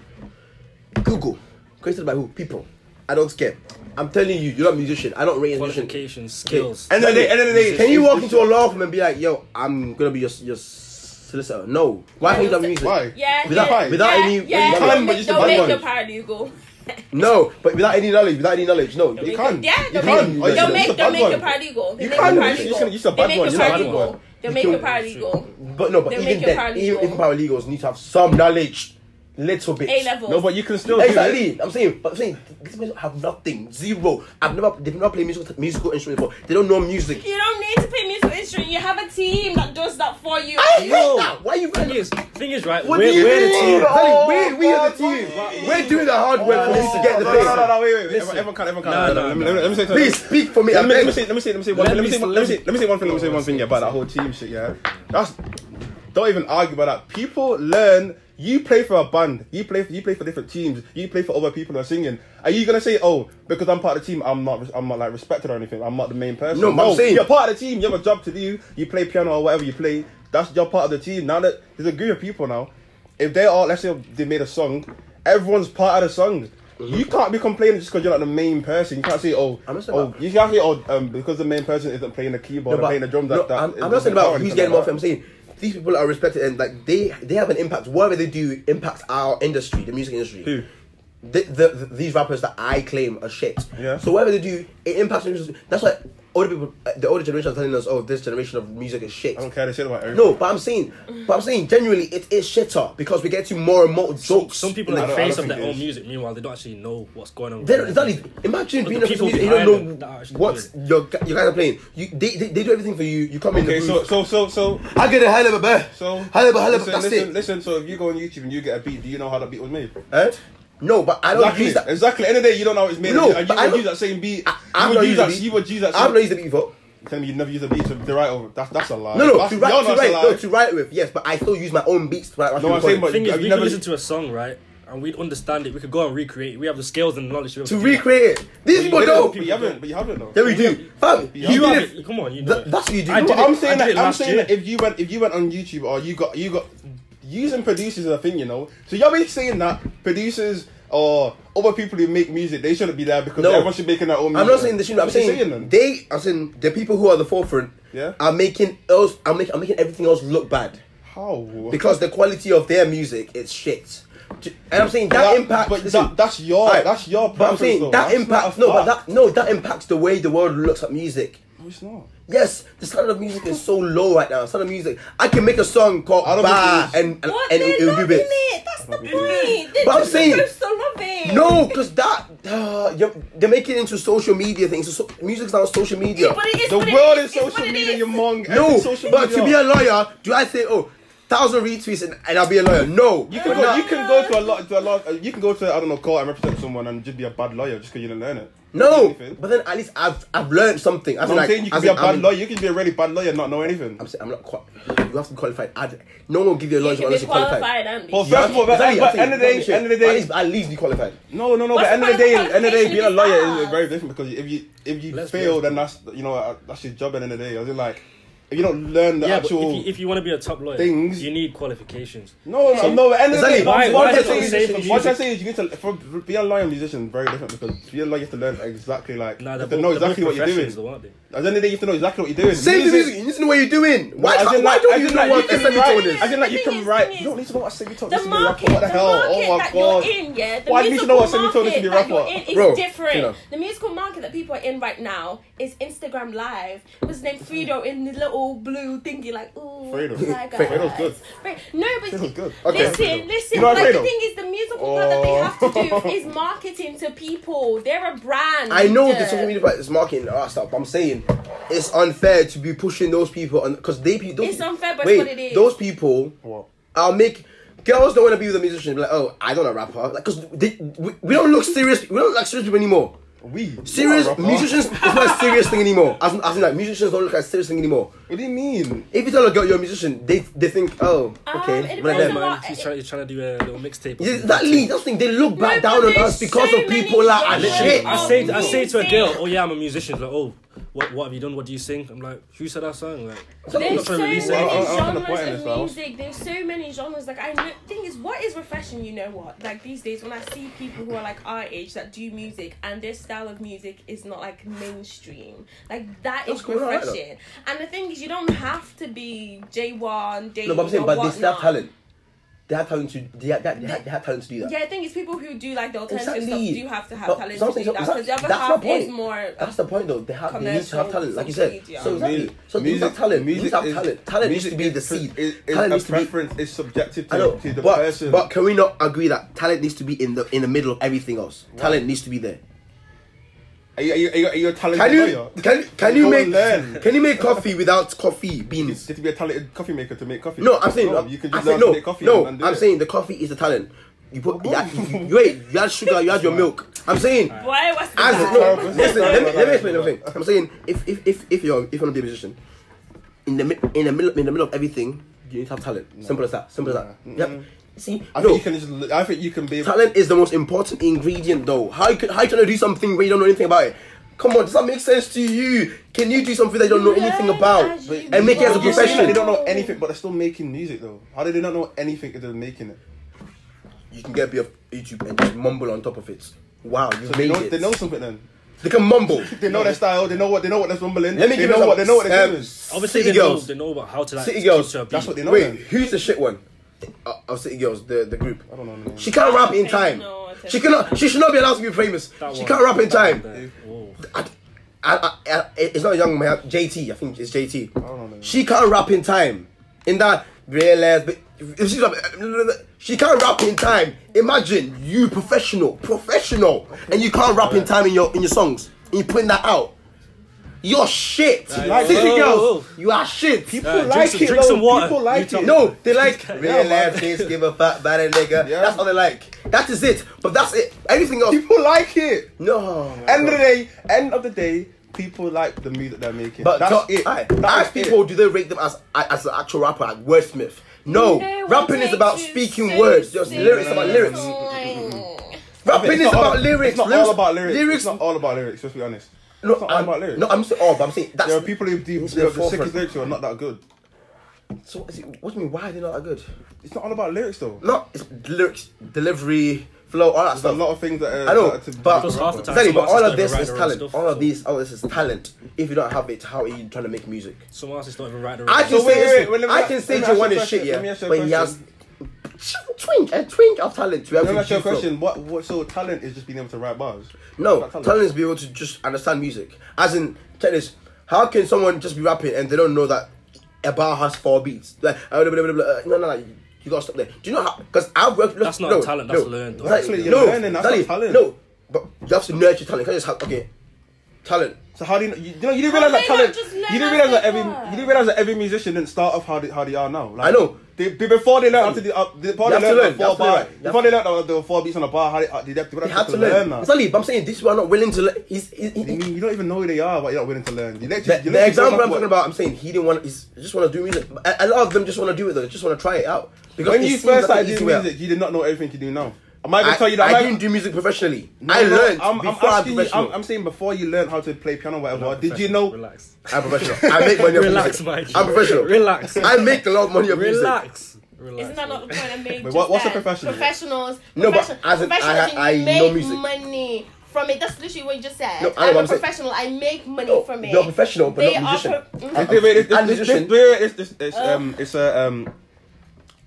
Speaker 6: Google created by who? People. I don't care. I'm telling you, you're not a musician. I don't rate a musician.
Speaker 4: Qualifications, skills.
Speaker 2: And then they. And then they.
Speaker 6: Can you walk into a law firm and be like, yo, I'm gonna be your, your solicitor? No. Why can't you do that music?
Speaker 2: Why?
Speaker 5: Yeah,
Speaker 6: Without-
Speaker 5: yeah,
Speaker 6: without
Speaker 5: yeah,
Speaker 6: any-
Speaker 5: yeah,
Speaker 6: you
Speaker 5: don't
Speaker 2: can, but
Speaker 5: make-
Speaker 2: just
Speaker 5: don't
Speaker 2: the bad
Speaker 5: make the
Speaker 2: ones.
Speaker 5: paralegal.
Speaker 6: No, but without any knowledge, without any knowledge, no.
Speaker 5: Don't make-
Speaker 2: can.
Speaker 5: Yeah,
Speaker 2: You
Speaker 5: don't
Speaker 2: can.
Speaker 5: make-
Speaker 2: Oh, yeah,
Speaker 5: don't
Speaker 2: it's a
Speaker 5: make
Speaker 2: bad
Speaker 5: don't make a
Speaker 2: one.
Speaker 5: paralegal. They
Speaker 2: You
Speaker 5: make a
Speaker 2: can,
Speaker 5: paralegal.
Speaker 2: it's- it's gonna- it's a
Speaker 5: They
Speaker 2: bad
Speaker 5: make
Speaker 2: one,
Speaker 5: a
Speaker 2: it's a bad
Speaker 5: paralegal.
Speaker 2: one.
Speaker 5: They make a paralegal.
Speaker 6: But no, but
Speaker 5: They'll
Speaker 6: even
Speaker 5: make a
Speaker 6: then,
Speaker 5: paralegal.
Speaker 6: even, even paralegals need to have some knowledge, little bit.
Speaker 5: A level.
Speaker 2: No, but you can still. do it.
Speaker 6: Exactly. I'm saying, but I'm saying these people have nothing, zero. I've never, they've never played musical musical instrument before. They don't know music.
Speaker 5: You don't need to play musical instrument. You have a team that does that for you.
Speaker 6: I hate
Speaker 4: Yo.
Speaker 6: that. Why are you
Speaker 4: Thing
Speaker 6: running?
Speaker 4: is, thing is, right?
Speaker 6: What
Speaker 4: we're,
Speaker 6: do you
Speaker 4: we're
Speaker 6: mean?
Speaker 4: the team.
Speaker 6: Tell you, we we are the team. We're doing the hard work for this to get the
Speaker 2: No, no, no,
Speaker 6: place.
Speaker 2: no, wait, wait, wait. Everyone can, everyone can.
Speaker 4: No, no,
Speaker 2: Let me-
Speaker 4: no.
Speaker 2: let me- let me say something.
Speaker 6: Please speak for me.
Speaker 2: Let
Speaker 6: I
Speaker 2: me, let me
Speaker 6: beg.
Speaker 2: say, let me say, let me say one,
Speaker 4: Let
Speaker 2: let me
Speaker 4: me
Speaker 2: say,
Speaker 4: sp-
Speaker 2: let me say, let me say one thing, let me say one thing yeah, about that whole team shit. Yeah, that's don't even argue about that. People learn. You play for a band. You play. For, you play for different teams. You play for other people who are singing. Are you gonna say, oh, because I'm part of the team, I'm not, I'm not like respected or anything. I'm not the main person.
Speaker 6: No, but I'm saying-
Speaker 2: you're part of the team. You have a job to do. You play piano or whatever you play. That's you're part of the team. Now that there's a group of people now, if they are, let's say they made a song, everyone's part of the song. You can't be complaining just because you're not the main person. You can't say, oh,
Speaker 6: Mm-hmm. I'm not saying
Speaker 2: oh,
Speaker 6: that.
Speaker 2: you can't say, oh, um, because the main person isn't playing the keyboard or playing the drums.
Speaker 6: no,
Speaker 2: that, that
Speaker 6: I'm,
Speaker 2: it
Speaker 6: I'm not
Speaker 2: doesn't
Speaker 6: saying about
Speaker 2: count or
Speaker 6: who's
Speaker 2: anything
Speaker 6: getting
Speaker 2: like
Speaker 6: more fame. I'm saying these people are respected and like they they have an impact. Whatever they do impacts our industry, the music industry.
Speaker 2: Who?
Speaker 6: The, the, the- these rappers that I claim are shit.
Speaker 2: Yeah.
Speaker 6: So whatever they do, it impacts the industry. That's why older people, the older generation, are telling us, "Oh, this generation of music is shit."
Speaker 2: I don't care. They shit about everything.
Speaker 6: No, but I'm saying, but I'm saying, genuinely, it is shitter because we get to more and more jokes.
Speaker 4: Some people
Speaker 2: I
Speaker 4: are
Speaker 2: don't-
Speaker 4: the
Speaker 2: I don't
Speaker 4: face of
Speaker 2: think
Speaker 4: their
Speaker 2: it
Speaker 4: own
Speaker 2: is.
Speaker 4: music. Meanwhile, they don't actually know what's going on.
Speaker 6: They're, exactly. Imagine
Speaker 4: But
Speaker 6: being
Speaker 4: the
Speaker 6: a
Speaker 4: people
Speaker 6: person, you don't
Speaker 4: behind
Speaker 6: know
Speaker 4: them that are
Speaker 6: what
Speaker 4: actually
Speaker 6: your gu- your guys are playing. You, they, they, they do everything for you. You come in.
Speaker 2: Okay,
Speaker 6: the
Speaker 2: so,
Speaker 6: booth.
Speaker 2: so, so, so,
Speaker 6: I get a hell of a bear.
Speaker 2: so.
Speaker 6: hell of a hell of a.
Speaker 2: listen,
Speaker 6: That's
Speaker 2: listen,
Speaker 6: it.
Speaker 2: listen. So if you go on YouTube and you get a beat, do you know how that beat was made?
Speaker 6: Eh? No, but I don't
Speaker 2: Exactly. Eh,
Speaker 6: use that.
Speaker 2: Exactly. End of the day, you don't know how it's made.
Speaker 6: No,
Speaker 2: and
Speaker 6: but
Speaker 2: you
Speaker 6: I
Speaker 2: would
Speaker 6: don't-
Speaker 2: use that same beat.
Speaker 6: I- I've
Speaker 2: you would
Speaker 6: not
Speaker 2: use
Speaker 6: used
Speaker 2: that.
Speaker 6: it.
Speaker 2: You would use that.
Speaker 6: I've
Speaker 2: Same,
Speaker 6: not used it before.
Speaker 2: Tell me you never use a beat to write over. That's that's a lie.
Speaker 6: No, no,
Speaker 2: that's,
Speaker 6: to write,
Speaker 2: you're
Speaker 6: to
Speaker 2: not a
Speaker 6: write,
Speaker 2: lie.
Speaker 6: no, to write with. Yes, but I still use my own beats to write.
Speaker 2: No, I'm saying, but
Speaker 4: thing is,
Speaker 2: have
Speaker 4: we
Speaker 2: you
Speaker 4: could
Speaker 2: never
Speaker 4: listen to a song, right? And we'd understand it. We could go and recreate. it. We have the skills and the knowledge.
Speaker 6: to recreate it. These people
Speaker 2: No,
Speaker 6: don't.
Speaker 2: but you haven't. But you haven't though.
Speaker 6: Then we do. Fam,
Speaker 2: You
Speaker 6: you,
Speaker 4: You have
Speaker 6: did
Speaker 4: it.
Speaker 6: it.
Speaker 4: Come on, you know
Speaker 6: That,
Speaker 4: it.
Speaker 6: that's what you do.
Speaker 4: I
Speaker 6: No,
Speaker 4: did
Speaker 2: But I'm
Speaker 4: it-
Speaker 2: saying
Speaker 4: I did
Speaker 2: that
Speaker 4: it
Speaker 2: I'm
Speaker 4: last
Speaker 2: saying
Speaker 4: year.
Speaker 2: that if you went if you went on YouTube or you got you got using producers is a thing, you know. So you're basically saying that producers or other people who make music they shouldn't be there because
Speaker 6: No.
Speaker 2: everyone should be making their own.
Speaker 6: I'm
Speaker 2: Music.
Speaker 6: not saying this. You know, I'm
Speaker 2: What you
Speaker 6: saying,
Speaker 2: then?
Speaker 6: they. I'm saying the people who are the forefront
Speaker 2: Yeah.
Speaker 6: are making else. I'm making. I'm making everything else look bad
Speaker 2: how
Speaker 6: because the quality of their music is shit. Do- And I'm saying that,
Speaker 2: That-
Speaker 6: impacts.
Speaker 2: but
Speaker 6: listen,
Speaker 2: that- that's your-
Speaker 6: alright,
Speaker 2: that's your
Speaker 6: But I'm
Speaker 2: preference
Speaker 6: saying
Speaker 2: though.
Speaker 6: that
Speaker 2: That's not
Speaker 6: impacts.
Speaker 2: a
Speaker 6: No, but
Speaker 2: fact.
Speaker 6: that no, that impacts the way the world looks at music.
Speaker 2: No, it's not.
Speaker 6: Yes, the standard of music is so low right now. Standard of music. I can make a song called
Speaker 2: I don't
Speaker 6: Bah
Speaker 2: think it is.
Speaker 6: and and,
Speaker 5: What?
Speaker 6: and
Speaker 5: They're
Speaker 6: it will do
Speaker 5: loving
Speaker 6: bits.
Speaker 5: it. That's the point. They're
Speaker 6: But I'm
Speaker 5: just
Speaker 6: saying-
Speaker 5: supposed to love it.
Speaker 6: No, because that uh, you're, they're making it into social media things. So, so, music's now social media.
Speaker 5: Yeah, but it is
Speaker 2: The
Speaker 5: what it
Speaker 2: world
Speaker 5: is.
Speaker 2: is
Speaker 5: It's
Speaker 2: social
Speaker 5: what it
Speaker 2: media.
Speaker 5: is.
Speaker 2: You're mong.
Speaker 6: no,
Speaker 2: every social
Speaker 6: but
Speaker 2: media.
Speaker 6: to be a lawyer, do I say oh, thousand retweets and, and I'll be a lawyer? No,
Speaker 2: you can go. You can go to a lot. To a lot. uh, You can go to I don't know court and represent someone and just be a bad lawyer just because you didn't learn it.
Speaker 6: no.
Speaker 2: Anything.
Speaker 6: But then at least I've I've learned something. As
Speaker 2: No,
Speaker 6: in,
Speaker 2: I'm
Speaker 6: like,
Speaker 2: saying you
Speaker 6: as
Speaker 2: can be a
Speaker 6: in,
Speaker 2: bad
Speaker 6: I'm in-
Speaker 2: lawyer. You can be a really bad lawyer and not know anything.
Speaker 6: I'm, saying I'm not quite. You have to be qualified. I'd, no one will give you a lawyer
Speaker 5: They
Speaker 6: who's
Speaker 5: can be
Speaker 6: honestly qualified.
Speaker 5: qualified, aren't they?
Speaker 2: Well, first of all, but,
Speaker 6: Exactly, I'm
Speaker 2: but
Speaker 6: saying,
Speaker 2: end of the day,
Speaker 6: bullshit.
Speaker 2: end of the
Speaker 6: At
Speaker 2: day,
Speaker 6: least, at least be qualified.
Speaker 2: No, no, no.
Speaker 5: What's
Speaker 2: but end
Speaker 5: the
Speaker 2: of the day,
Speaker 5: point of
Speaker 2: end of the day,
Speaker 5: qualification
Speaker 2: being a
Speaker 5: if it's
Speaker 2: lawyer
Speaker 5: hard?
Speaker 2: is very different because if you if you
Speaker 4: Let's be
Speaker 2: fail,
Speaker 4: honest.
Speaker 2: then that's you know uh, that's your job. End of the day, as in like if you don't learn the
Speaker 4: Yeah, but if
Speaker 2: actual
Speaker 4: you, if you want to be a top lawyer,
Speaker 2: things-
Speaker 4: you need qualifications.
Speaker 2: no, no, no. End of the
Speaker 6: Exactly.
Speaker 2: day,
Speaker 6: Why-
Speaker 2: what,
Speaker 6: why
Speaker 2: I'm
Speaker 6: is it
Speaker 2: saying
Speaker 6: the
Speaker 2: is-
Speaker 6: same for
Speaker 2: what I'm
Speaker 4: music?
Speaker 2: saying is you need to for, for being a lawyer musician is very different because to be a lawyer you have to learn exactly like
Speaker 4: Nah,
Speaker 2: you
Speaker 4: they're
Speaker 2: have to
Speaker 4: both-
Speaker 2: know
Speaker 4: they're both
Speaker 2: exactly what you're doing.
Speaker 4: professions though, aren't they?
Speaker 2: At the end of the day, you have to know exactly what you're doing.
Speaker 6: Same to music. You need to know what you're doing. Why,
Speaker 2: as
Speaker 6: can't-
Speaker 2: in,
Speaker 6: why
Speaker 2: like-
Speaker 6: don't
Speaker 2: as
Speaker 6: you
Speaker 2: in,
Speaker 6: know
Speaker 2: like,
Speaker 6: what
Speaker 2: you
Speaker 6: a
Speaker 2: can
Speaker 6: semitone
Speaker 2: write-
Speaker 6: is?
Speaker 2: As in, like,
Speaker 5: The
Speaker 2: you
Speaker 5: thing
Speaker 2: can
Speaker 5: is-
Speaker 2: write.
Speaker 5: thing
Speaker 2: You don't need to know what a semitone
Speaker 5: The
Speaker 2: is to be a
Speaker 5: market,
Speaker 2: rapper. What the hell?
Speaker 5: the market
Speaker 2: Oh my
Speaker 5: that
Speaker 2: god.
Speaker 5: you're in, yeah. The
Speaker 2: Why do you need to
Speaker 5: musical
Speaker 2: know what semitone is
Speaker 5: market
Speaker 2: to be a
Speaker 5: that you're
Speaker 2: rapper?
Speaker 5: in is
Speaker 6: Bro,
Speaker 5: different.
Speaker 6: you know.
Speaker 5: The musical market that people are in right now is Instagram Live. What's his name? Fredo in the little blue thingy, like ooh.
Speaker 2: Fredo.
Speaker 5: hi, guys.
Speaker 2: Fredo's good.
Speaker 5: Fre- No, but
Speaker 2: Fredo's good.
Speaker 6: Okay.
Speaker 5: listen, listen.
Speaker 2: You know
Speaker 5: like the
Speaker 2: Fredo?
Speaker 5: thing is, the musical part that they
Speaker 2: Oh.
Speaker 5: have to do is marketing to people. They're a brand.
Speaker 6: I know the social media part is marketing and all that stuff, but I'm saying it's unfair to be pushing those people on because they people.
Speaker 5: It's unfair, but it's
Speaker 6: wait,
Speaker 5: what it is.
Speaker 6: Those people
Speaker 2: What?
Speaker 6: are make Girls don't want to be with a musician. Be like, oh, I don't a rapper. Like, cause they, we, we don't look serious. We don't look like serious people anymore.
Speaker 2: We
Speaker 6: Serious
Speaker 2: You're a rapper.
Speaker 6: musicians is not a serious thing anymore. As, in- as in, like musicians don't look like a serious thing anymore.
Speaker 2: What do you mean?
Speaker 6: If you tell a girl you're a musician, they they think, oh,
Speaker 5: Um,
Speaker 6: okay,
Speaker 5: it
Speaker 6: one of
Speaker 5: depends
Speaker 6: them.
Speaker 5: on
Speaker 4: man,
Speaker 5: what-
Speaker 4: he's trying, he's trying to do a little mixtape.
Speaker 6: Yeah, that lead, that's the thing. They look back
Speaker 5: No,
Speaker 6: down
Speaker 5: but
Speaker 6: on us
Speaker 5: there's
Speaker 6: because
Speaker 5: so
Speaker 6: of
Speaker 5: many
Speaker 6: people like
Speaker 5: genres
Speaker 6: are
Speaker 5: Literally,
Speaker 6: shit.
Speaker 4: I say, I
Speaker 5: Oh,
Speaker 4: say to a
Speaker 5: music.
Speaker 4: girl, "Oh yeah, I'm a musician." She's like, "Oh, what, what have you done? What do you sing?" I'm like, "Who said that song?" Like, I'm
Speaker 5: There's so
Speaker 4: not trying to
Speaker 5: many
Speaker 4: release
Speaker 2: Well,
Speaker 4: anything.
Speaker 2: I- I- I'm gonna
Speaker 5: genres
Speaker 2: point
Speaker 5: of
Speaker 2: this out.
Speaker 5: music. There's so many genres. Like I know. Thing is, what is refreshing? You know what? Like these days, when I see people who are like our age that do music and their style of music is not like mainstream. Like that is
Speaker 6: That's cool, I like that.
Speaker 5: refreshing. And the thing is, you don't have to be J One, J.
Speaker 6: No, but I'm saying, but they still have
Speaker 5: whatnot.
Speaker 6: talent. They have talent to they have, they have, they have talent to do that.
Speaker 5: Yeah, I think it's people who do like the alternative
Speaker 6: Exactly.
Speaker 5: stuff do have to have
Speaker 6: But
Speaker 5: talent to
Speaker 6: something-
Speaker 5: do that
Speaker 6: some-
Speaker 5: because the other
Speaker 6: that's my
Speaker 5: half is
Speaker 6: point.
Speaker 5: more.
Speaker 6: That's the point, though. They have they need to have
Speaker 5: Commercial,
Speaker 6: talent, like you said.
Speaker 5: media.
Speaker 6: So exactly. So music, have talent. Music have
Speaker 2: is-
Speaker 6: talent. Talent needs
Speaker 2: music
Speaker 6: to be
Speaker 2: is
Speaker 6: the
Speaker 2: pre-
Speaker 6: seed.
Speaker 2: Is, is
Speaker 6: talent
Speaker 2: a
Speaker 6: needs to be.
Speaker 2: preference is subjective
Speaker 6: I
Speaker 2: to,
Speaker 6: know,
Speaker 2: to the
Speaker 6: but,
Speaker 2: person.
Speaker 6: but can we not agree that talent needs to be in the in the middle of everything else? Talent needs to be there.
Speaker 2: are, you, are, you, are, you, are you a talented
Speaker 6: Can you
Speaker 2: lawyer?
Speaker 6: can can you
Speaker 2: Go
Speaker 6: make
Speaker 2: and learn.
Speaker 6: can you make coffee without coffee
Speaker 2: You
Speaker 6: beans?
Speaker 2: have to be a talented coffee maker to make coffee.
Speaker 6: No, I'm saying
Speaker 2: no, you can
Speaker 6: I
Speaker 2: just
Speaker 6: say-
Speaker 2: learn
Speaker 6: no,
Speaker 2: to make coffee.
Speaker 6: No,
Speaker 2: and, and do
Speaker 6: I'm
Speaker 2: it.
Speaker 6: saying the coffee is the talent. You put
Speaker 2: But
Speaker 6: you,
Speaker 2: what?
Speaker 6: you, you ate, you had sugar, you had your milk. I'm saying
Speaker 5: Why was
Speaker 6: as
Speaker 5: that?
Speaker 6: no,
Speaker 2: Sorry,
Speaker 6: listen,
Speaker 2: sorry
Speaker 6: let me,
Speaker 2: about
Speaker 6: let me
Speaker 2: that.
Speaker 6: explain something. I'm saying if if if, if you're if you're not a musician, in the mi- in the middle in the middle of everything, you need to have talent. Simple as that. Simple as that. Yep. See,
Speaker 2: I
Speaker 6: no,
Speaker 2: think you can just. l- I think you can be.
Speaker 6: talent is the most important ingredient, though. How you can, how you trying to do something where you don't know anything about it? Come on, does that make sense to you? Can you do something that you don't know anything
Speaker 5: Learn
Speaker 6: about
Speaker 5: as you
Speaker 6: and make it as a
Speaker 5: go.
Speaker 2: You're saying
Speaker 6: profession?
Speaker 2: They don't know anything, but they're still making music though. How do they not know anything if they're making it?
Speaker 6: you can get a bit of YouTube and just mumble on top of it. Wow, you've
Speaker 2: They
Speaker 6: made
Speaker 2: know,
Speaker 6: it.
Speaker 2: they know something then.
Speaker 6: They can mumble.
Speaker 2: They know their style. They know what they know what they're rumbling.
Speaker 6: Let me
Speaker 2: they
Speaker 6: give
Speaker 2: know
Speaker 6: you some-
Speaker 2: what they know what they're
Speaker 6: um,
Speaker 2: doing.
Speaker 4: Obviously,
Speaker 6: City
Speaker 4: they know,
Speaker 6: Girls.
Speaker 4: they know about how to like.
Speaker 6: City
Speaker 4: keep
Speaker 6: Girls.
Speaker 4: to a beat.
Speaker 2: That's what they know.
Speaker 6: Wait,
Speaker 2: then.
Speaker 6: who's the shit one? Uh, of City Girls, the, the group. I
Speaker 2: don't know the name.
Speaker 6: She can't rap in
Speaker 5: Okay,
Speaker 6: time.
Speaker 5: no, it's
Speaker 6: she
Speaker 5: okay.
Speaker 6: cannot. She should not be allowed to be famous.
Speaker 4: That
Speaker 6: she
Speaker 4: one.
Speaker 6: can't rap in
Speaker 4: That
Speaker 6: time.
Speaker 4: one there. Whoa.
Speaker 6: I, I, I, I- it's not a young man. JT, I think it's JT.
Speaker 2: don't know.
Speaker 6: She can't rap in time. In that realize, but if she's like, she can't rap in time. Imagine you professional, professional, and you can't rap in time in your in your songs. And you putting that out. You're shit.
Speaker 2: like
Speaker 6: City
Speaker 2: it. Oh.
Speaker 6: girls,
Speaker 4: Whoa, whoa,
Speaker 6: you are shit.
Speaker 2: People
Speaker 4: Uh, drink
Speaker 2: like
Speaker 4: some-
Speaker 2: it.
Speaker 4: drink
Speaker 2: though.
Speaker 4: some water.
Speaker 2: People
Speaker 4: You
Speaker 2: like
Speaker 4: talk-
Speaker 2: it.
Speaker 6: No, they like
Speaker 2: Yeah,
Speaker 6: real
Speaker 2: man.
Speaker 6: ass bitch, give a fuck about it, nigga.
Speaker 2: Yeah.
Speaker 6: That's all they like. That is it. But that's it. Anything else?
Speaker 2: People like it.
Speaker 6: No.
Speaker 2: End of the day. End of the day. People like the music they're making.
Speaker 6: But
Speaker 2: that's
Speaker 6: that's
Speaker 2: it.
Speaker 6: I,
Speaker 2: That's
Speaker 6: ask people, do they rate them as as an actual rapper, like wordsmith? No.
Speaker 5: No,
Speaker 6: rapping
Speaker 5: what
Speaker 6: is about
Speaker 5: makes you
Speaker 6: speaking
Speaker 5: so
Speaker 6: words. There's lyrics
Speaker 5: serious?
Speaker 6: about lyrics. Rapping
Speaker 2: It's
Speaker 6: is
Speaker 2: not all,
Speaker 6: about lyrics.
Speaker 2: It's not
Speaker 6: lyrics,
Speaker 2: all about lyrics.
Speaker 6: Lyrics.
Speaker 2: It's not all about lyrics. Let's be honest.
Speaker 6: no,
Speaker 2: it's not all
Speaker 6: I'm,
Speaker 2: about lyrics.
Speaker 6: No, I'm saying all, but I'm saying that's.
Speaker 2: There are people who do
Speaker 6: It's
Speaker 2: the,
Speaker 6: the
Speaker 2: the sickest
Speaker 6: forefront.
Speaker 2: lyrics who are not that good.
Speaker 6: So what, is it, what do you mean? Why are they not that good?
Speaker 2: It's not all about lyrics though.
Speaker 6: Not it's lyrics, delivery, flow, all that
Speaker 2: There's
Speaker 6: stuff.
Speaker 2: a lot of things that are,
Speaker 6: I know,
Speaker 2: that are to
Speaker 6: but
Speaker 4: Because half the time
Speaker 6: exactly, but
Speaker 4: someone
Speaker 6: all
Speaker 4: else
Speaker 6: of
Speaker 4: is
Speaker 6: this
Speaker 4: not
Speaker 6: is
Speaker 4: even
Speaker 6: talent.
Speaker 4: writing
Speaker 6: all of
Speaker 4: stuff,
Speaker 6: these, all this is talent. If you don't have it, how are you trying to make music?
Speaker 4: Someone else is not even right.
Speaker 6: I can
Speaker 2: So wait,
Speaker 6: say
Speaker 2: wait,
Speaker 6: this.
Speaker 2: wait, let me
Speaker 6: I
Speaker 2: ask-
Speaker 6: can say
Speaker 2: let me ask
Speaker 6: J1
Speaker 2: you a
Speaker 6: is shit,
Speaker 2: question, let me
Speaker 6: yeah,
Speaker 2: ask you a
Speaker 6: but he has twinge, a twinge of talent to
Speaker 2: Let me
Speaker 6: have
Speaker 2: ask you a
Speaker 6: G flow.
Speaker 2: question. What, what? So talent is just being able to write bars.
Speaker 6: No,
Speaker 2: Not talent.
Speaker 6: talent is be able to just understand music. As in, check this. How can someone just be rapping and they don't know that a bar has four beats? Like, uh, blah, blah, blah, blah, uh, no, no, no. You gotta stop there. Do you know how? Because I've worked.
Speaker 4: That's not
Speaker 6: no,
Speaker 4: talent,
Speaker 6: No,
Speaker 4: that's learned, though.
Speaker 6: Exactly,
Speaker 2: Actually,
Speaker 6: no,
Speaker 2: you're learning, that's not
Speaker 6: exactly,
Speaker 2: talent.
Speaker 6: No, but you have to nurture talent. Can just have okay, talent.
Speaker 2: So how do you? Know, you, you, know, you didn't
Speaker 5: How
Speaker 2: realize that
Speaker 5: they not
Speaker 2: talent.
Speaker 5: just learn
Speaker 2: You didn't
Speaker 5: as
Speaker 2: realize that
Speaker 5: they
Speaker 2: every.
Speaker 5: were?
Speaker 2: You didn't realize that every musician didn't start off how they, how they are now. Like,
Speaker 6: I know.
Speaker 2: They, be- before they learned how to do, uh, before
Speaker 6: You
Speaker 2: they
Speaker 6: have to
Speaker 2: learned the
Speaker 6: learn, you
Speaker 2: four
Speaker 6: have to
Speaker 2: bar,
Speaker 6: learn, you
Speaker 2: before they learned that there were four beats on a bar, how they, uh, they, they,
Speaker 6: They have to learn.
Speaker 2: that.
Speaker 6: Exactly, but I'm saying these people are not willing to learn. He's, he's, he,
Speaker 2: You mean you don't even know who they are, but you're not willing to learn. You let
Speaker 6: the,
Speaker 2: you
Speaker 6: the
Speaker 2: let yourself
Speaker 6: example I'm
Speaker 2: work.
Speaker 6: talking about, I'm saying he didn't want. He's just want to do music. A, a lot of them just want to do it though. They just want to try it out. Because
Speaker 2: When
Speaker 6: it
Speaker 2: you
Speaker 6: seems
Speaker 2: first
Speaker 6: like an
Speaker 2: started
Speaker 6: easy
Speaker 2: doing
Speaker 6: way out.
Speaker 2: music, you did not know everything you do now. I might even
Speaker 6: I,
Speaker 2: tell you that.
Speaker 6: I
Speaker 2: might-
Speaker 6: didn't do music professionally.
Speaker 2: No,
Speaker 6: I
Speaker 2: no,
Speaker 6: learned
Speaker 2: I'm, I'm
Speaker 6: before I'm
Speaker 2: asking you.
Speaker 6: professional.
Speaker 2: I'm, I'm saying before you learned how to play piano, whatever. Did you
Speaker 4: Professional,
Speaker 2: know?
Speaker 4: Relax.
Speaker 6: I'm professional. I make money off
Speaker 4: Relax,
Speaker 6: music.
Speaker 4: Mike.
Speaker 6: I'm professional.
Speaker 4: Relax.
Speaker 6: I make a lot of money off music.
Speaker 4: Relax. Relax.
Speaker 5: Isn't that not the point I made?
Speaker 2: Wait,
Speaker 5: just
Speaker 2: what- what's a
Speaker 5: then?
Speaker 2: professional?
Speaker 5: Professionals.
Speaker 6: No, but
Speaker 5: profession-
Speaker 6: as in, I-
Speaker 5: professionals,
Speaker 6: I-
Speaker 5: you
Speaker 6: I
Speaker 5: make
Speaker 6: know music.
Speaker 5: money from it. That's literally what you just said.
Speaker 6: No, I know
Speaker 5: I'm
Speaker 6: what
Speaker 5: a
Speaker 6: I'm saying.
Speaker 5: professional. I make money
Speaker 6: No,
Speaker 5: from it.
Speaker 6: you're professional, but
Speaker 5: They
Speaker 6: not
Speaker 5: are
Speaker 6: musician. Mm-hmm.
Speaker 5: pro-
Speaker 6: I-
Speaker 5: Mhm.
Speaker 2: Wait, wait,
Speaker 6: And
Speaker 2: this- this-
Speaker 6: musician.
Speaker 2: this- wait, wait, it's- it's- it's, um, it's a um,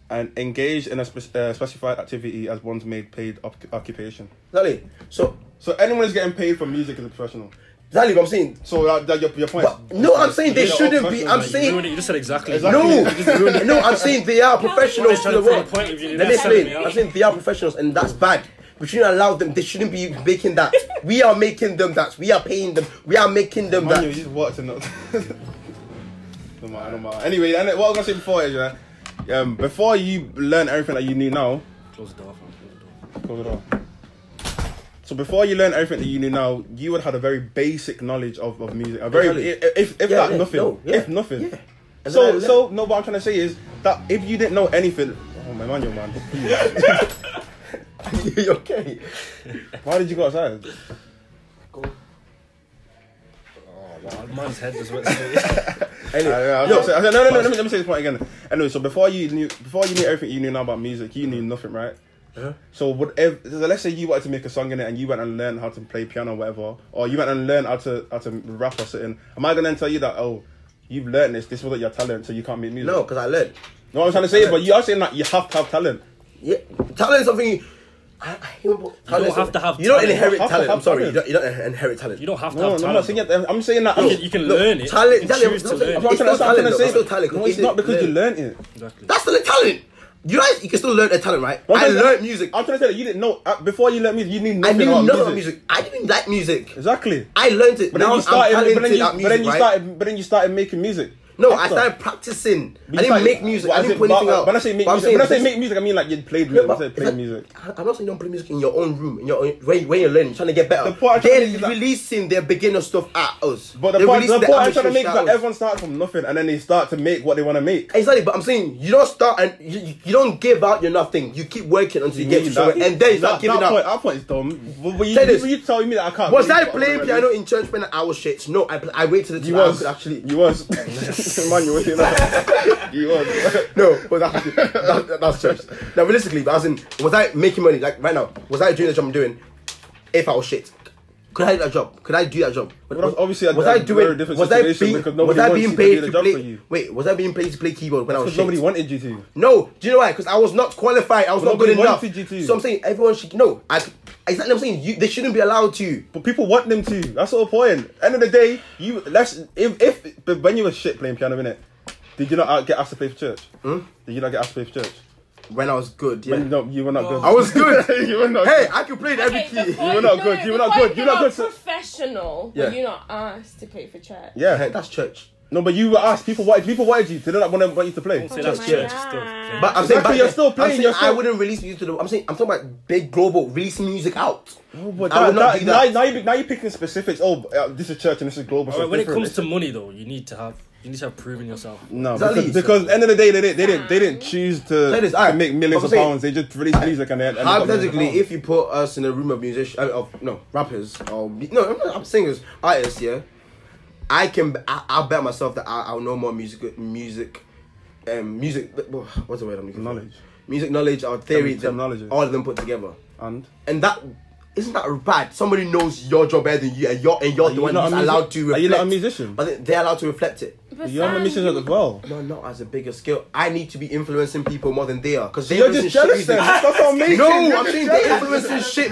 Speaker 2: an engaged in a spec- uh, specified activity as one's made paid oc- occupation.
Speaker 6: Exactly. So,
Speaker 2: So anyone is getting paid for music is a professional.
Speaker 6: exactly what I'm saying.
Speaker 2: So that, that your, your point. is-
Speaker 6: But, no, I'm saying they
Speaker 2: You're not
Speaker 6: shouldn't be.
Speaker 2: professional,
Speaker 6: I'm
Speaker 2: like,
Speaker 4: You,
Speaker 6: saying
Speaker 4: ruined it, you just said exactly.
Speaker 6: no.
Speaker 4: You just ruined it.
Speaker 6: no, I'm saying they are
Speaker 4: You're
Speaker 6: professionals
Speaker 4: trying
Speaker 6: to the
Speaker 4: to prove
Speaker 6: world.
Speaker 4: a point if
Speaker 6: Let
Speaker 4: you didn't
Speaker 6: me
Speaker 4: understand
Speaker 6: explain.
Speaker 4: me
Speaker 6: I'm
Speaker 4: out.
Speaker 6: saying they are professionals, and that's bad. We shouldn't allow them. They shouldn't be making that. We are making them that. We are paying them. We are making them
Speaker 2: Man, you
Speaker 6: that.
Speaker 2: just worked and not. no matter, no matter. Anyway, and what I was gonna say before is, yeah, um, before you learn everything that you knew now,
Speaker 4: Close the door, fam. Close the
Speaker 2: Close
Speaker 4: door.
Speaker 2: it off. So before you learn everything that you knew now, you would have had a very basic knowledge of, of music. A very
Speaker 6: Exactly.
Speaker 2: i- if if
Speaker 6: Yeah,
Speaker 2: that
Speaker 6: yeah,
Speaker 2: nothing,
Speaker 6: no, yeah,
Speaker 2: if nothing.
Speaker 6: yeah. And then I
Speaker 2: So
Speaker 6: learned-
Speaker 2: so no, what I'm trying to say is that if you didn't know anything, oh my man, your man,
Speaker 6: you okay?
Speaker 2: why did you go outside?
Speaker 4: Man's head just went straight.
Speaker 2: Anyway, I, was gonna say- I said, no, no, no, let me, let me say this point again. Anyway, so before you knew before you knew everything you knew now about music, you knew nothing, right? So whatever, so let's say you wanted to make a song in it, and you went and learned how to play piano, or whatever, or you went and learned how to how to rap or something. Am I gonna then tell you that oh, you've learned this, this wasn't your talent, so you can't make music?
Speaker 6: No, because I learned.
Speaker 2: no, I'm trying to say, is, but you are saying that you have to have talent.
Speaker 6: Yeah, talent is something. You, I, I, you
Speaker 4: don't have to have
Speaker 6: You don't
Speaker 4: talent.
Speaker 6: inherit
Speaker 2: You have to
Speaker 6: talent.
Speaker 2: have
Speaker 6: I'm sorry, you
Speaker 2: talent.
Speaker 6: don't, you don't inherit talent.
Speaker 4: You don't have to
Speaker 2: No,
Speaker 4: have
Speaker 2: no, I'm
Speaker 4: talent.
Speaker 2: not saying
Speaker 4: though.
Speaker 2: that. I'm saying that.
Speaker 4: You can, you can learn it.
Speaker 6: talent-
Speaker 4: You
Speaker 6: talent-
Speaker 4: choose to
Speaker 6: no,
Speaker 4: learn
Speaker 6: it's
Speaker 4: it.
Speaker 6: not-
Speaker 2: I'm trying to
Speaker 6: still
Speaker 2: I'm trying
Speaker 6: talent,
Speaker 2: to
Speaker 6: though.
Speaker 2: say
Speaker 6: It's still talent,
Speaker 2: No,
Speaker 6: because
Speaker 2: it's not because you learned it.
Speaker 4: Exactly.
Speaker 6: That's still a talent. You guys, you can still learn a talent, right?
Speaker 2: No, I'm
Speaker 6: I
Speaker 2: trying to-
Speaker 6: learned music.
Speaker 2: I'm trying to say that you didn't know uh, before you learned music. You knew
Speaker 6: I
Speaker 2: nothing
Speaker 6: knew
Speaker 2: about
Speaker 6: nothing
Speaker 2: music.
Speaker 6: about music. I didn't like music.
Speaker 2: Exactly.
Speaker 6: I learned it.
Speaker 2: But
Speaker 6: now
Speaker 2: then you
Speaker 6: I'm
Speaker 2: started.
Speaker 6: talented
Speaker 2: but then you,
Speaker 6: at music,
Speaker 2: but then you
Speaker 6: right?
Speaker 2: started. But then you started making music.
Speaker 6: No, I
Speaker 2: After.
Speaker 6: started practicing.
Speaker 2: But you
Speaker 6: I didn't
Speaker 2: started-
Speaker 6: make music.
Speaker 2: well,
Speaker 6: I didn't
Speaker 2: said-
Speaker 6: put anything
Speaker 2: but-
Speaker 6: out.
Speaker 2: When I say make
Speaker 6: But I'm
Speaker 2: music, when I say
Speaker 6: saying-
Speaker 2: make music, I mean like you played
Speaker 6: Yeah,
Speaker 2: music. I
Speaker 6: but
Speaker 2: said
Speaker 6: it's
Speaker 2: played
Speaker 6: like-
Speaker 2: music.
Speaker 6: I- I'm not saying don't play music in your own room, in your own, when, when you're learning, trying to get better.
Speaker 2: The point I'm trying to
Speaker 6: They're
Speaker 2: make is that-
Speaker 6: releasing their beginner stuff at us.
Speaker 2: But the
Speaker 6: They
Speaker 2: point,
Speaker 6: release
Speaker 2: the
Speaker 6: their
Speaker 2: point I'm
Speaker 6: amateur
Speaker 2: trying to make is
Speaker 6: shit
Speaker 2: that
Speaker 6: at us.
Speaker 2: everyone starts from nothing and then they start to make what they want to make.
Speaker 6: Exactly, but I'm saying you don't start and you, you- you don't give out your nothing. You keep working until you, get to
Speaker 2: That-
Speaker 6: somewhere, and then you start
Speaker 2: that,
Speaker 6: giving
Speaker 2: that
Speaker 6: up.
Speaker 2: Point, that point is dumb. But, but you,
Speaker 6: Say this.
Speaker 2: you, you telling me that I can't.
Speaker 6: Was
Speaker 2: make
Speaker 6: I
Speaker 2: what
Speaker 6: playing
Speaker 2: wanna
Speaker 6: piano
Speaker 2: make?
Speaker 6: in church when I was shit? No, I pl- I waited
Speaker 2: You
Speaker 6: until I
Speaker 2: was
Speaker 6: could actually.
Speaker 2: You was. Man, you was saying that. You was.
Speaker 6: No, but that, that, that, that's church. Now, realistically, but as in, was I making money? Like right now, was I doing the job I'm doing? If I was shit, could I do that job? Could I do that job?
Speaker 2: Well, that's obviously a-
Speaker 6: was
Speaker 2: a
Speaker 6: I doing?
Speaker 2: very different
Speaker 6: was I
Speaker 2: situation
Speaker 6: being?
Speaker 2: because
Speaker 6: Was
Speaker 2: nobody
Speaker 6: I
Speaker 2: wants
Speaker 6: being
Speaker 2: you to do
Speaker 6: paid
Speaker 2: the
Speaker 6: to
Speaker 2: job
Speaker 6: play?
Speaker 2: for you.
Speaker 6: Wait, was I being paid to play keyboard when I was
Speaker 2: Because
Speaker 6: Oh, shit?
Speaker 2: nobody wanted you to.
Speaker 6: No, do you know why? Because I was not qualified. I was not
Speaker 2: Nobody
Speaker 6: good enough.
Speaker 2: wanted you to.
Speaker 6: So I'm saying everyone should no. I exactly. I'm saying you, they shouldn't be allowed to.
Speaker 2: But people want them to. That's the whole point. End of the day, you let's if if but when you were shit playing piano, innit? Did you not uh, get asked to play for church? Hmm? Did you not get asked to play for church?
Speaker 6: When I was good, yeah.
Speaker 2: When, no, you were not good.
Speaker 6: I was good.
Speaker 2: you were not
Speaker 6: hey,
Speaker 2: good.
Speaker 6: I could play in every
Speaker 5: Okay,
Speaker 6: key.
Speaker 5: before-
Speaker 2: You're not
Speaker 5: no,
Speaker 2: good,
Speaker 5: no,
Speaker 2: you're not
Speaker 5: before
Speaker 2: good,
Speaker 5: you
Speaker 2: you're not
Speaker 5: become
Speaker 2: good,
Speaker 5: a Professional,
Speaker 6: Yeah.
Speaker 5: but you're not asked to play for church.
Speaker 6: Hey,
Speaker 2: Yeah.
Speaker 6: that's church.
Speaker 2: No, but you were asked. People wanted. People wanted you. They did not want, want you to play.
Speaker 4: Say that's
Speaker 5: my
Speaker 4: church.
Speaker 5: God.
Speaker 4: Still. Okay.
Speaker 6: But I'm
Speaker 2: Exactly,
Speaker 6: saying back
Speaker 2: you're
Speaker 6: then-
Speaker 2: still
Speaker 6: I'm
Speaker 2: playing,
Speaker 6: saying
Speaker 2: you're still-
Speaker 6: I wouldn't release music to the. I'm saying I'm talking about big global releasing music out. No,
Speaker 2: But
Speaker 6: I would
Speaker 2: that-
Speaker 6: not
Speaker 2: that-
Speaker 6: do Oh, that.
Speaker 2: Now, now, you, now you're picking specifics. Oh, uh, this is church and this is global.
Speaker 4: Alright,
Speaker 2: so
Speaker 4: when it
Speaker 2: different.
Speaker 4: comes to money, though, you need to have you need to have proven yourself.
Speaker 2: no,
Speaker 6: Exactly.
Speaker 2: because, because at the end of the day, they didn't. They didn't. They didn't choose to,
Speaker 6: Say this,
Speaker 2: to
Speaker 6: alright,
Speaker 2: make millions of
Speaker 6: but I'm saying-
Speaker 2: pounds. They just released music and they. and they got millions of
Speaker 6: Hypothetically,
Speaker 2: pounds.
Speaker 6: if you put us in a room of musicians, I mean, of no rappers or mu- no, I'm not, I'm singers, artists, yeah. I can, I, I'll bet myself that I, I'll know more music, music, um, music. What's the word I'm looking for?
Speaker 2: Knowledge.
Speaker 6: Music knowledge or theory
Speaker 2: Term-
Speaker 6: than
Speaker 2: terminology.
Speaker 6: all of them put together,
Speaker 2: and
Speaker 6: and that isn't that bad. Somebody knows your job better than you, and you're and you're
Speaker 2: you
Speaker 6: the one
Speaker 2: not a
Speaker 6: who's
Speaker 2: music-
Speaker 6: allowed to
Speaker 2: are
Speaker 6: reflect.
Speaker 2: you not a musician?
Speaker 6: But they're allowed to reflect it.
Speaker 5: But
Speaker 2: you're a
Speaker 5: Sam,
Speaker 2: musician
Speaker 5: you-
Speaker 2: as well.
Speaker 6: No, not as a bigger scale. I need to be influencing people more than they are because
Speaker 2: You're just jealous. Then. That's what I'm making.
Speaker 6: No,
Speaker 2: You're
Speaker 6: I'm
Speaker 2: just
Speaker 6: saying
Speaker 2: jealous.
Speaker 6: they're influencing shit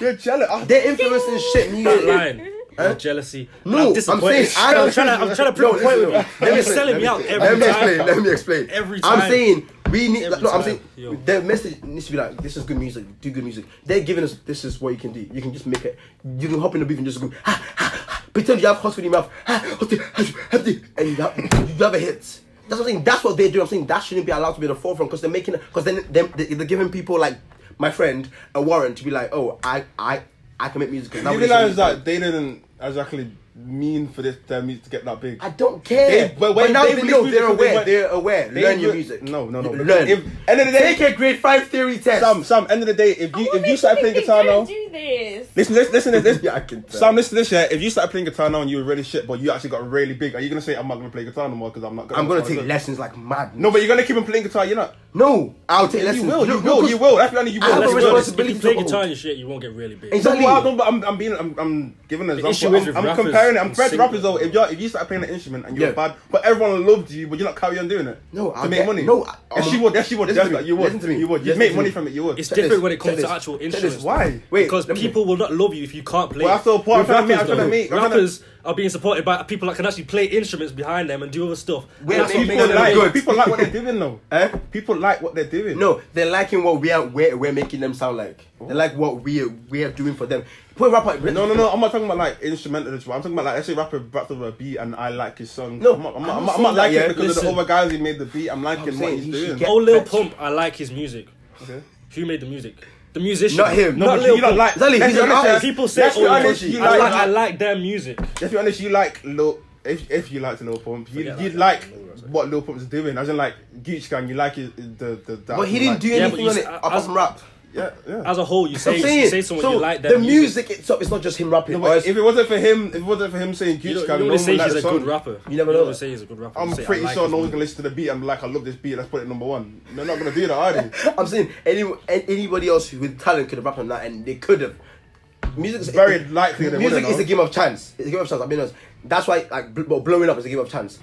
Speaker 2: You're jealous. I-
Speaker 6: They're influencing shit
Speaker 4: That
Speaker 6: music.
Speaker 4: line, your jealousy.
Speaker 6: Eh? No,
Speaker 4: I'm
Speaker 6: I'm
Speaker 4: disappointed.
Speaker 6: saying I don't-
Speaker 4: I'm trying to. I'm trying to prove
Speaker 6: No,
Speaker 4: a point.
Speaker 6: listen,
Speaker 4: with
Speaker 6: no. Let me
Speaker 4: you. You're
Speaker 6: explain,
Speaker 4: selling me
Speaker 6: let
Speaker 4: out
Speaker 6: me-
Speaker 4: every
Speaker 6: Let me
Speaker 4: time.
Speaker 6: explain. Let me explain.
Speaker 4: Every
Speaker 6: I'm
Speaker 4: time.
Speaker 6: saying we need.
Speaker 4: Every
Speaker 6: No, I'm
Speaker 4: time.
Speaker 6: saying
Speaker 4: Yo.
Speaker 6: their message needs to be like, this is good music. Do good music. They're giving us this is what you can do. You can just make it. You can hop in the beef and just go. Ha, ha, ha. Pretend you have hot in your mouth. Ha, hot, hot, hot, and you have, you have a hit. That's what I'm saying. That's what they do. I'm saying that shouldn't be allowed to be the forefront because they're making because then they're, they're giving people like my friend a warrant to be like, oh, I I I can make music. 'cause now
Speaker 2: You
Speaker 6: we're just
Speaker 2: realize
Speaker 6: making-
Speaker 2: that they didn't exactly mean for this their music to get that big.
Speaker 6: I don't care.
Speaker 2: They- but
Speaker 6: but,
Speaker 2: when
Speaker 6: now
Speaker 2: they
Speaker 6: they,
Speaker 2: release
Speaker 6: know
Speaker 2: music,
Speaker 6: they're
Speaker 2: they
Speaker 6: aware.
Speaker 2: went-
Speaker 6: they're aware.
Speaker 2: they
Speaker 6: learn your
Speaker 2: were-
Speaker 6: music.
Speaker 2: No, no, no,
Speaker 6: L-
Speaker 2: because
Speaker 6: Learn.
Speaker 2: if- end of the day-
Speaker 6: take a grade five theory test.
Speaker 2: Sam, Sam. End of the day, if you
Speaker 5: What
Speaker 2: if you
Speaker 5: makes
Speaker 2: start
Speaker 5: think
Speaker 2: playing
Speaker 5: they
Speaker 2: guitar
Speaker 5: don't
Speaker 2: now,
Speaker 5: do this.
Speaker 2: listen, listen, listen to this.
Speaker 6: Yeah, I can tell.
Speaker 2: Sam, listen to this. Yeah, if you start playing guitar now and you were really shit, but you actually got really big, are you gonna say I'm not gonna play guitar no more because I'm not? Gonna
Speaker 6: I'm gonna
Speaker 2: that's
Speaker 6: take
Speaker 2: not good."
Speaker 6: lessons like mad.
Speaker 2: No, but you're gonna keep on playing guitar. You're not.
Speaker 6: no, I'll take
Speaker 2: You
Speaker 6: lessons.
Speaker 2: will. You
Speaker 6: No, no,
Speaker 2: will. You
Speaker 6: 'cause-
Speaker 2: will. That's the only you
Speaker 6: I have
Speaker 2: will.
Speaker 6: a
Speaker 2: Let's
Speaker 4: Let's
Speaker 2: be honest.
Speaker 4: be honest, if
Speaker 6: responsibility
Speaker 4: you play
Speaker 6: to all.
Speaker 4: guitar and shit, you won't get really big.
Speaker 6: Exactly.
Speaker 2: No, but I don't- but I'm, I'm being, I'm, I'm giving an
Speaker 4: issue
Speaker 2: example.
Speaker 4: is with
Speaker 2: I'm, I'm
Speaker 4: rappers-
Speaker 2: comparing. I'm comparing to
Speaker 4: sing-
Speaker 2: rappers though. If you are if you start playing an instrument and you're
Speaker 6: Yeah.
Speaker 2: bad, but everyone loved you, but you're not carry on doing it.
Speaker 6: No,
Speaker 2: to
Speaker 6: I'll
Speaker 2: make
Speaker 6: get-
Speaker 2: money.
Speaker 6: no, I-
Speaker 2: yes,
Speaker 6: I'm-
Speaker 2: you would. Yes, you would.
Speaker 6: Listen to
Speaker 2: definitely,
Speaker 6: me,
Speaker 2: you would.
Speaker 6: listen to me,
Speaker 2: You would. You'd
Speaker 6: listen
Speaker 2: make
Speaker 6: to
Speaker 2: money
Speaker 6: me.
Speaker 2: from it. You would.
Speaker 4: It's
Speaker 6: Check
Speaker 4: different
Speaker 6: this,
Speaker 4: when it comes
Speaker 6: check
Speaker 4: to
Speaker 6: this,
Speaker 4: actual
Speaker 6: check this.
Speaker 4: instruments.
Speaker 2: Why?
Speaker 6: Wait,
Speaker 4: Because
Speaker 6: let me-
Speaker 4: people will not love you if you can't play.
Speaker 2: Well, that's the point. I'm
Speaker 4: With
Speaker 2: trying to make-
Speaker 4: rappers,
Speaker 2: I'm trying to
Speaker 4: though.
Speaker 2: make- I'm trying to-
Speaker 4: rappers are being supported by people that can actually play instruments behind them and do other stuff. And
Speaker 3: We're
Speaker 4: that's what
Speaker 3: people
Speaker 4: makes them
Speaker 3: like-
Speaker 4: good.
Speaker 2: Like, people like what they're doing though. Eh? People like what they're doing.
Speaker 6: No, they're liking what we are we're, we're making them sound like. They like what we are, we are doing for them. Put a rapper.
Speaker 2: Oh. No, no, no. I'm not talking about like instrumentalists. I'm talking about like let's say rapper back to a beat and I like his song.
Speaker 6: No,
Speaker 2: I'm not, I'm
Speaker 6: I'm
Speaker 2: not, I'm
Speaker 6: not
Speaker 2: not, I'm not
Speaker 6: saying that,
Speaker 2: liking
Speaker 6: yeah.
Speaker 2: it because of
Speaker 6: Listen.
Speaker 2: the other guys who made the beat. I'm liking
Speaker 6: I'm
Speaker 2: what
Speaker 6: saying
Speaker 2: he's
Speaker 6: he
Speaker 2: doing.
Speaker 6: should get-
Speaker 4: Oh, Lil
Speaker 6: Fetch.
Speaker 4: Pump, I like his music.
Speaker 2: Okay.
Speaker 4: Who made the music? The musician.
Speaker 6: Not him.
Speaker 4: Not
Speaker 2: but
Speaker 4: Lil
Speaker 2: you don't
Speaker 4: Pump.
Speaker 2: like.
Speaker 6: Zali,
Speaker 2: let's
Speaker 6: he's
Speaker 2: be
Speaker 6: an
Speaker 2: honest,
Speaker 6: artist.
Speaker 4: People say,
Speaker 2: Let's be
Speaker 4: oh,
Speaker 2: honest. You
Speaker 4: I,
Speaker 2: like.
Speaker 4: like, I like their music.
Speaker 2: Let's be honest. You like Lil. If, if you liked Lil Pump, you
Speaker 4: Forget
Speaker 2: you
Speaker 4: that.
Speaker 2: like what Lil Pump's doing. As in like Geech Gang, you like his, the the. That,
Speaker 6: But he didn't
Speaker 2: like-
Speaker 6: do
Speaker 4: Yeah, but
Speaker 6: anything
Speaker 4: you
Speaker 6: on
Speaker 4: s-
Speaker 6: it
Speaker 4: uh,
Speaker 6: apart
Speaker 4: as-
Speaker 6: from rap.
Speaker 2: Yeah, yeah.
Speaker 4: As a whole, you say,
Speaker 6: I'm saying
Speaker 4: you say someone
Speaker 6: so
Speaker 4: you like their
Speaker 6: the music itself is not just him rapping.
Speaker 2: No,
Speaker 6: or
Speaker 2: but
Speaker 6: else-
Speaker 2: if it wasn't for him, if it wasn't for him saying
Speaker 4: You
Speaker 2: Geech
Speaker 4: don't,
Speaker 2: Gang, no
Speaker 4: you don't
Speaker 2: one
Speaker 4: say
Speaker 2: would like
Speaker 4: he's
Speaker 2: the
Speaker 4: a good
Speaker 2: song.
Speaker 4: rapper.
Speaker 6: You never
Speaker 4: don't
Speaker 6: know
Speaker 4: wanna
Speaker 6: that.
Speaker 4: say he's a good rapper.
Speaker 2: I'm
Speaker 4: You say, I
Speaker 2: pretty
Speaker 4: like
Speaker 2: sure
Speaker 4: his
Speaker 2: no one's
Speaker 4: music.
Speaker 2: gonna listen to the beat and be like, I love this beat. Let's put it at number one. They're not gonna do that, are they?
Speaker 6: I'm saying anyone, an- anybody else with talent could have rapped on that, and they could have. Music is
Speaker 2: Very likely they
Speaker 6: music
Speaker 2: wouldn't,
Speaker 6: is
Speaker 2: though.
Speaker 6: a game of chance. It's a game of chance. I mean, that's why like bl- but blowing up is a game of chance.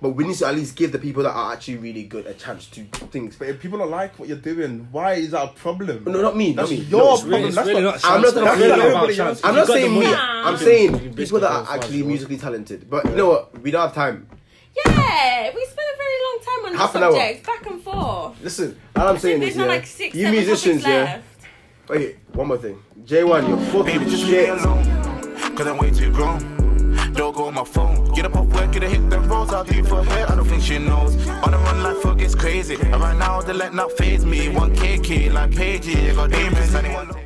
Speaker 6: But we need to at least give the people that are actually really good a chance to do things.
Speaker 2: But if people don't like what you're doing, why is that a problem?
Speaker 6: No, not me, not
Speaker 2: That's
Speaker 6: me.
Speaker 2: your
Speaker 6: No, it's
Speaker 2: problem.
Speaker 4: Really, it's
Speaker 2: that's
Speaker 4: really
Speaker 2: not.
Speaker 4: not.
Speaker 6: I'm
Speaker 4: chance.
Speaker 6: not
Speaker 4: That's
Speaker 6: talking
Speaker 4: really
Speaker 2: about
Speaker 4: about
Speaker 2: chance.
Speaker 4: chance.
Speaker 6: I'm
Speaker 4: You
Speaker 6: not
Speaker 4: got the
Speaker 6: saying me.
Speaker 4: money.
Speaker 6: I'm
Speaker 4: You can- you
Speaker 6: saying
Speaker 4: can
Speaker 6: people
Speaker 4: basically
Speaker 6: that
Speaker 4: go
Speaker 6: are
Speaker 4: as far as
Speaker 6: actually
Speaker 4: you want.
Speaker 6: musically talented. But you know what? We don't have time.
Speaker 5: Yeah, we spent a very long time on
Speaker 6: Half
Speaker 5: this
Speaker 6: an hour.
Speaker 5: subject, back and forth.
Speaker 6: Listen, all I'm saying
Speaker 5: There's
Speaker 6: is, yeah,
Speaker 5: not like six,
Speaker 6: you
Speaker 5: seven
Speaker 6: musicians,
Speaker 5: musicians,
Speaker 6: yeah.
Speaker 5: left.
Speaker 6: Okay, one more thing. J1, you're fucking
Speaker 1: Baby, just leave me
Speaker 6: shit.
Speaker 1: alone. Cause I'm way too grown. Don't go on my phone. Get up off work, get a hit them rolls. I'll do for her. I don't think she knows. On the run, life fuck gets crazy. And right now, they let not phase me. One KK like Paige. I got demons. anyone-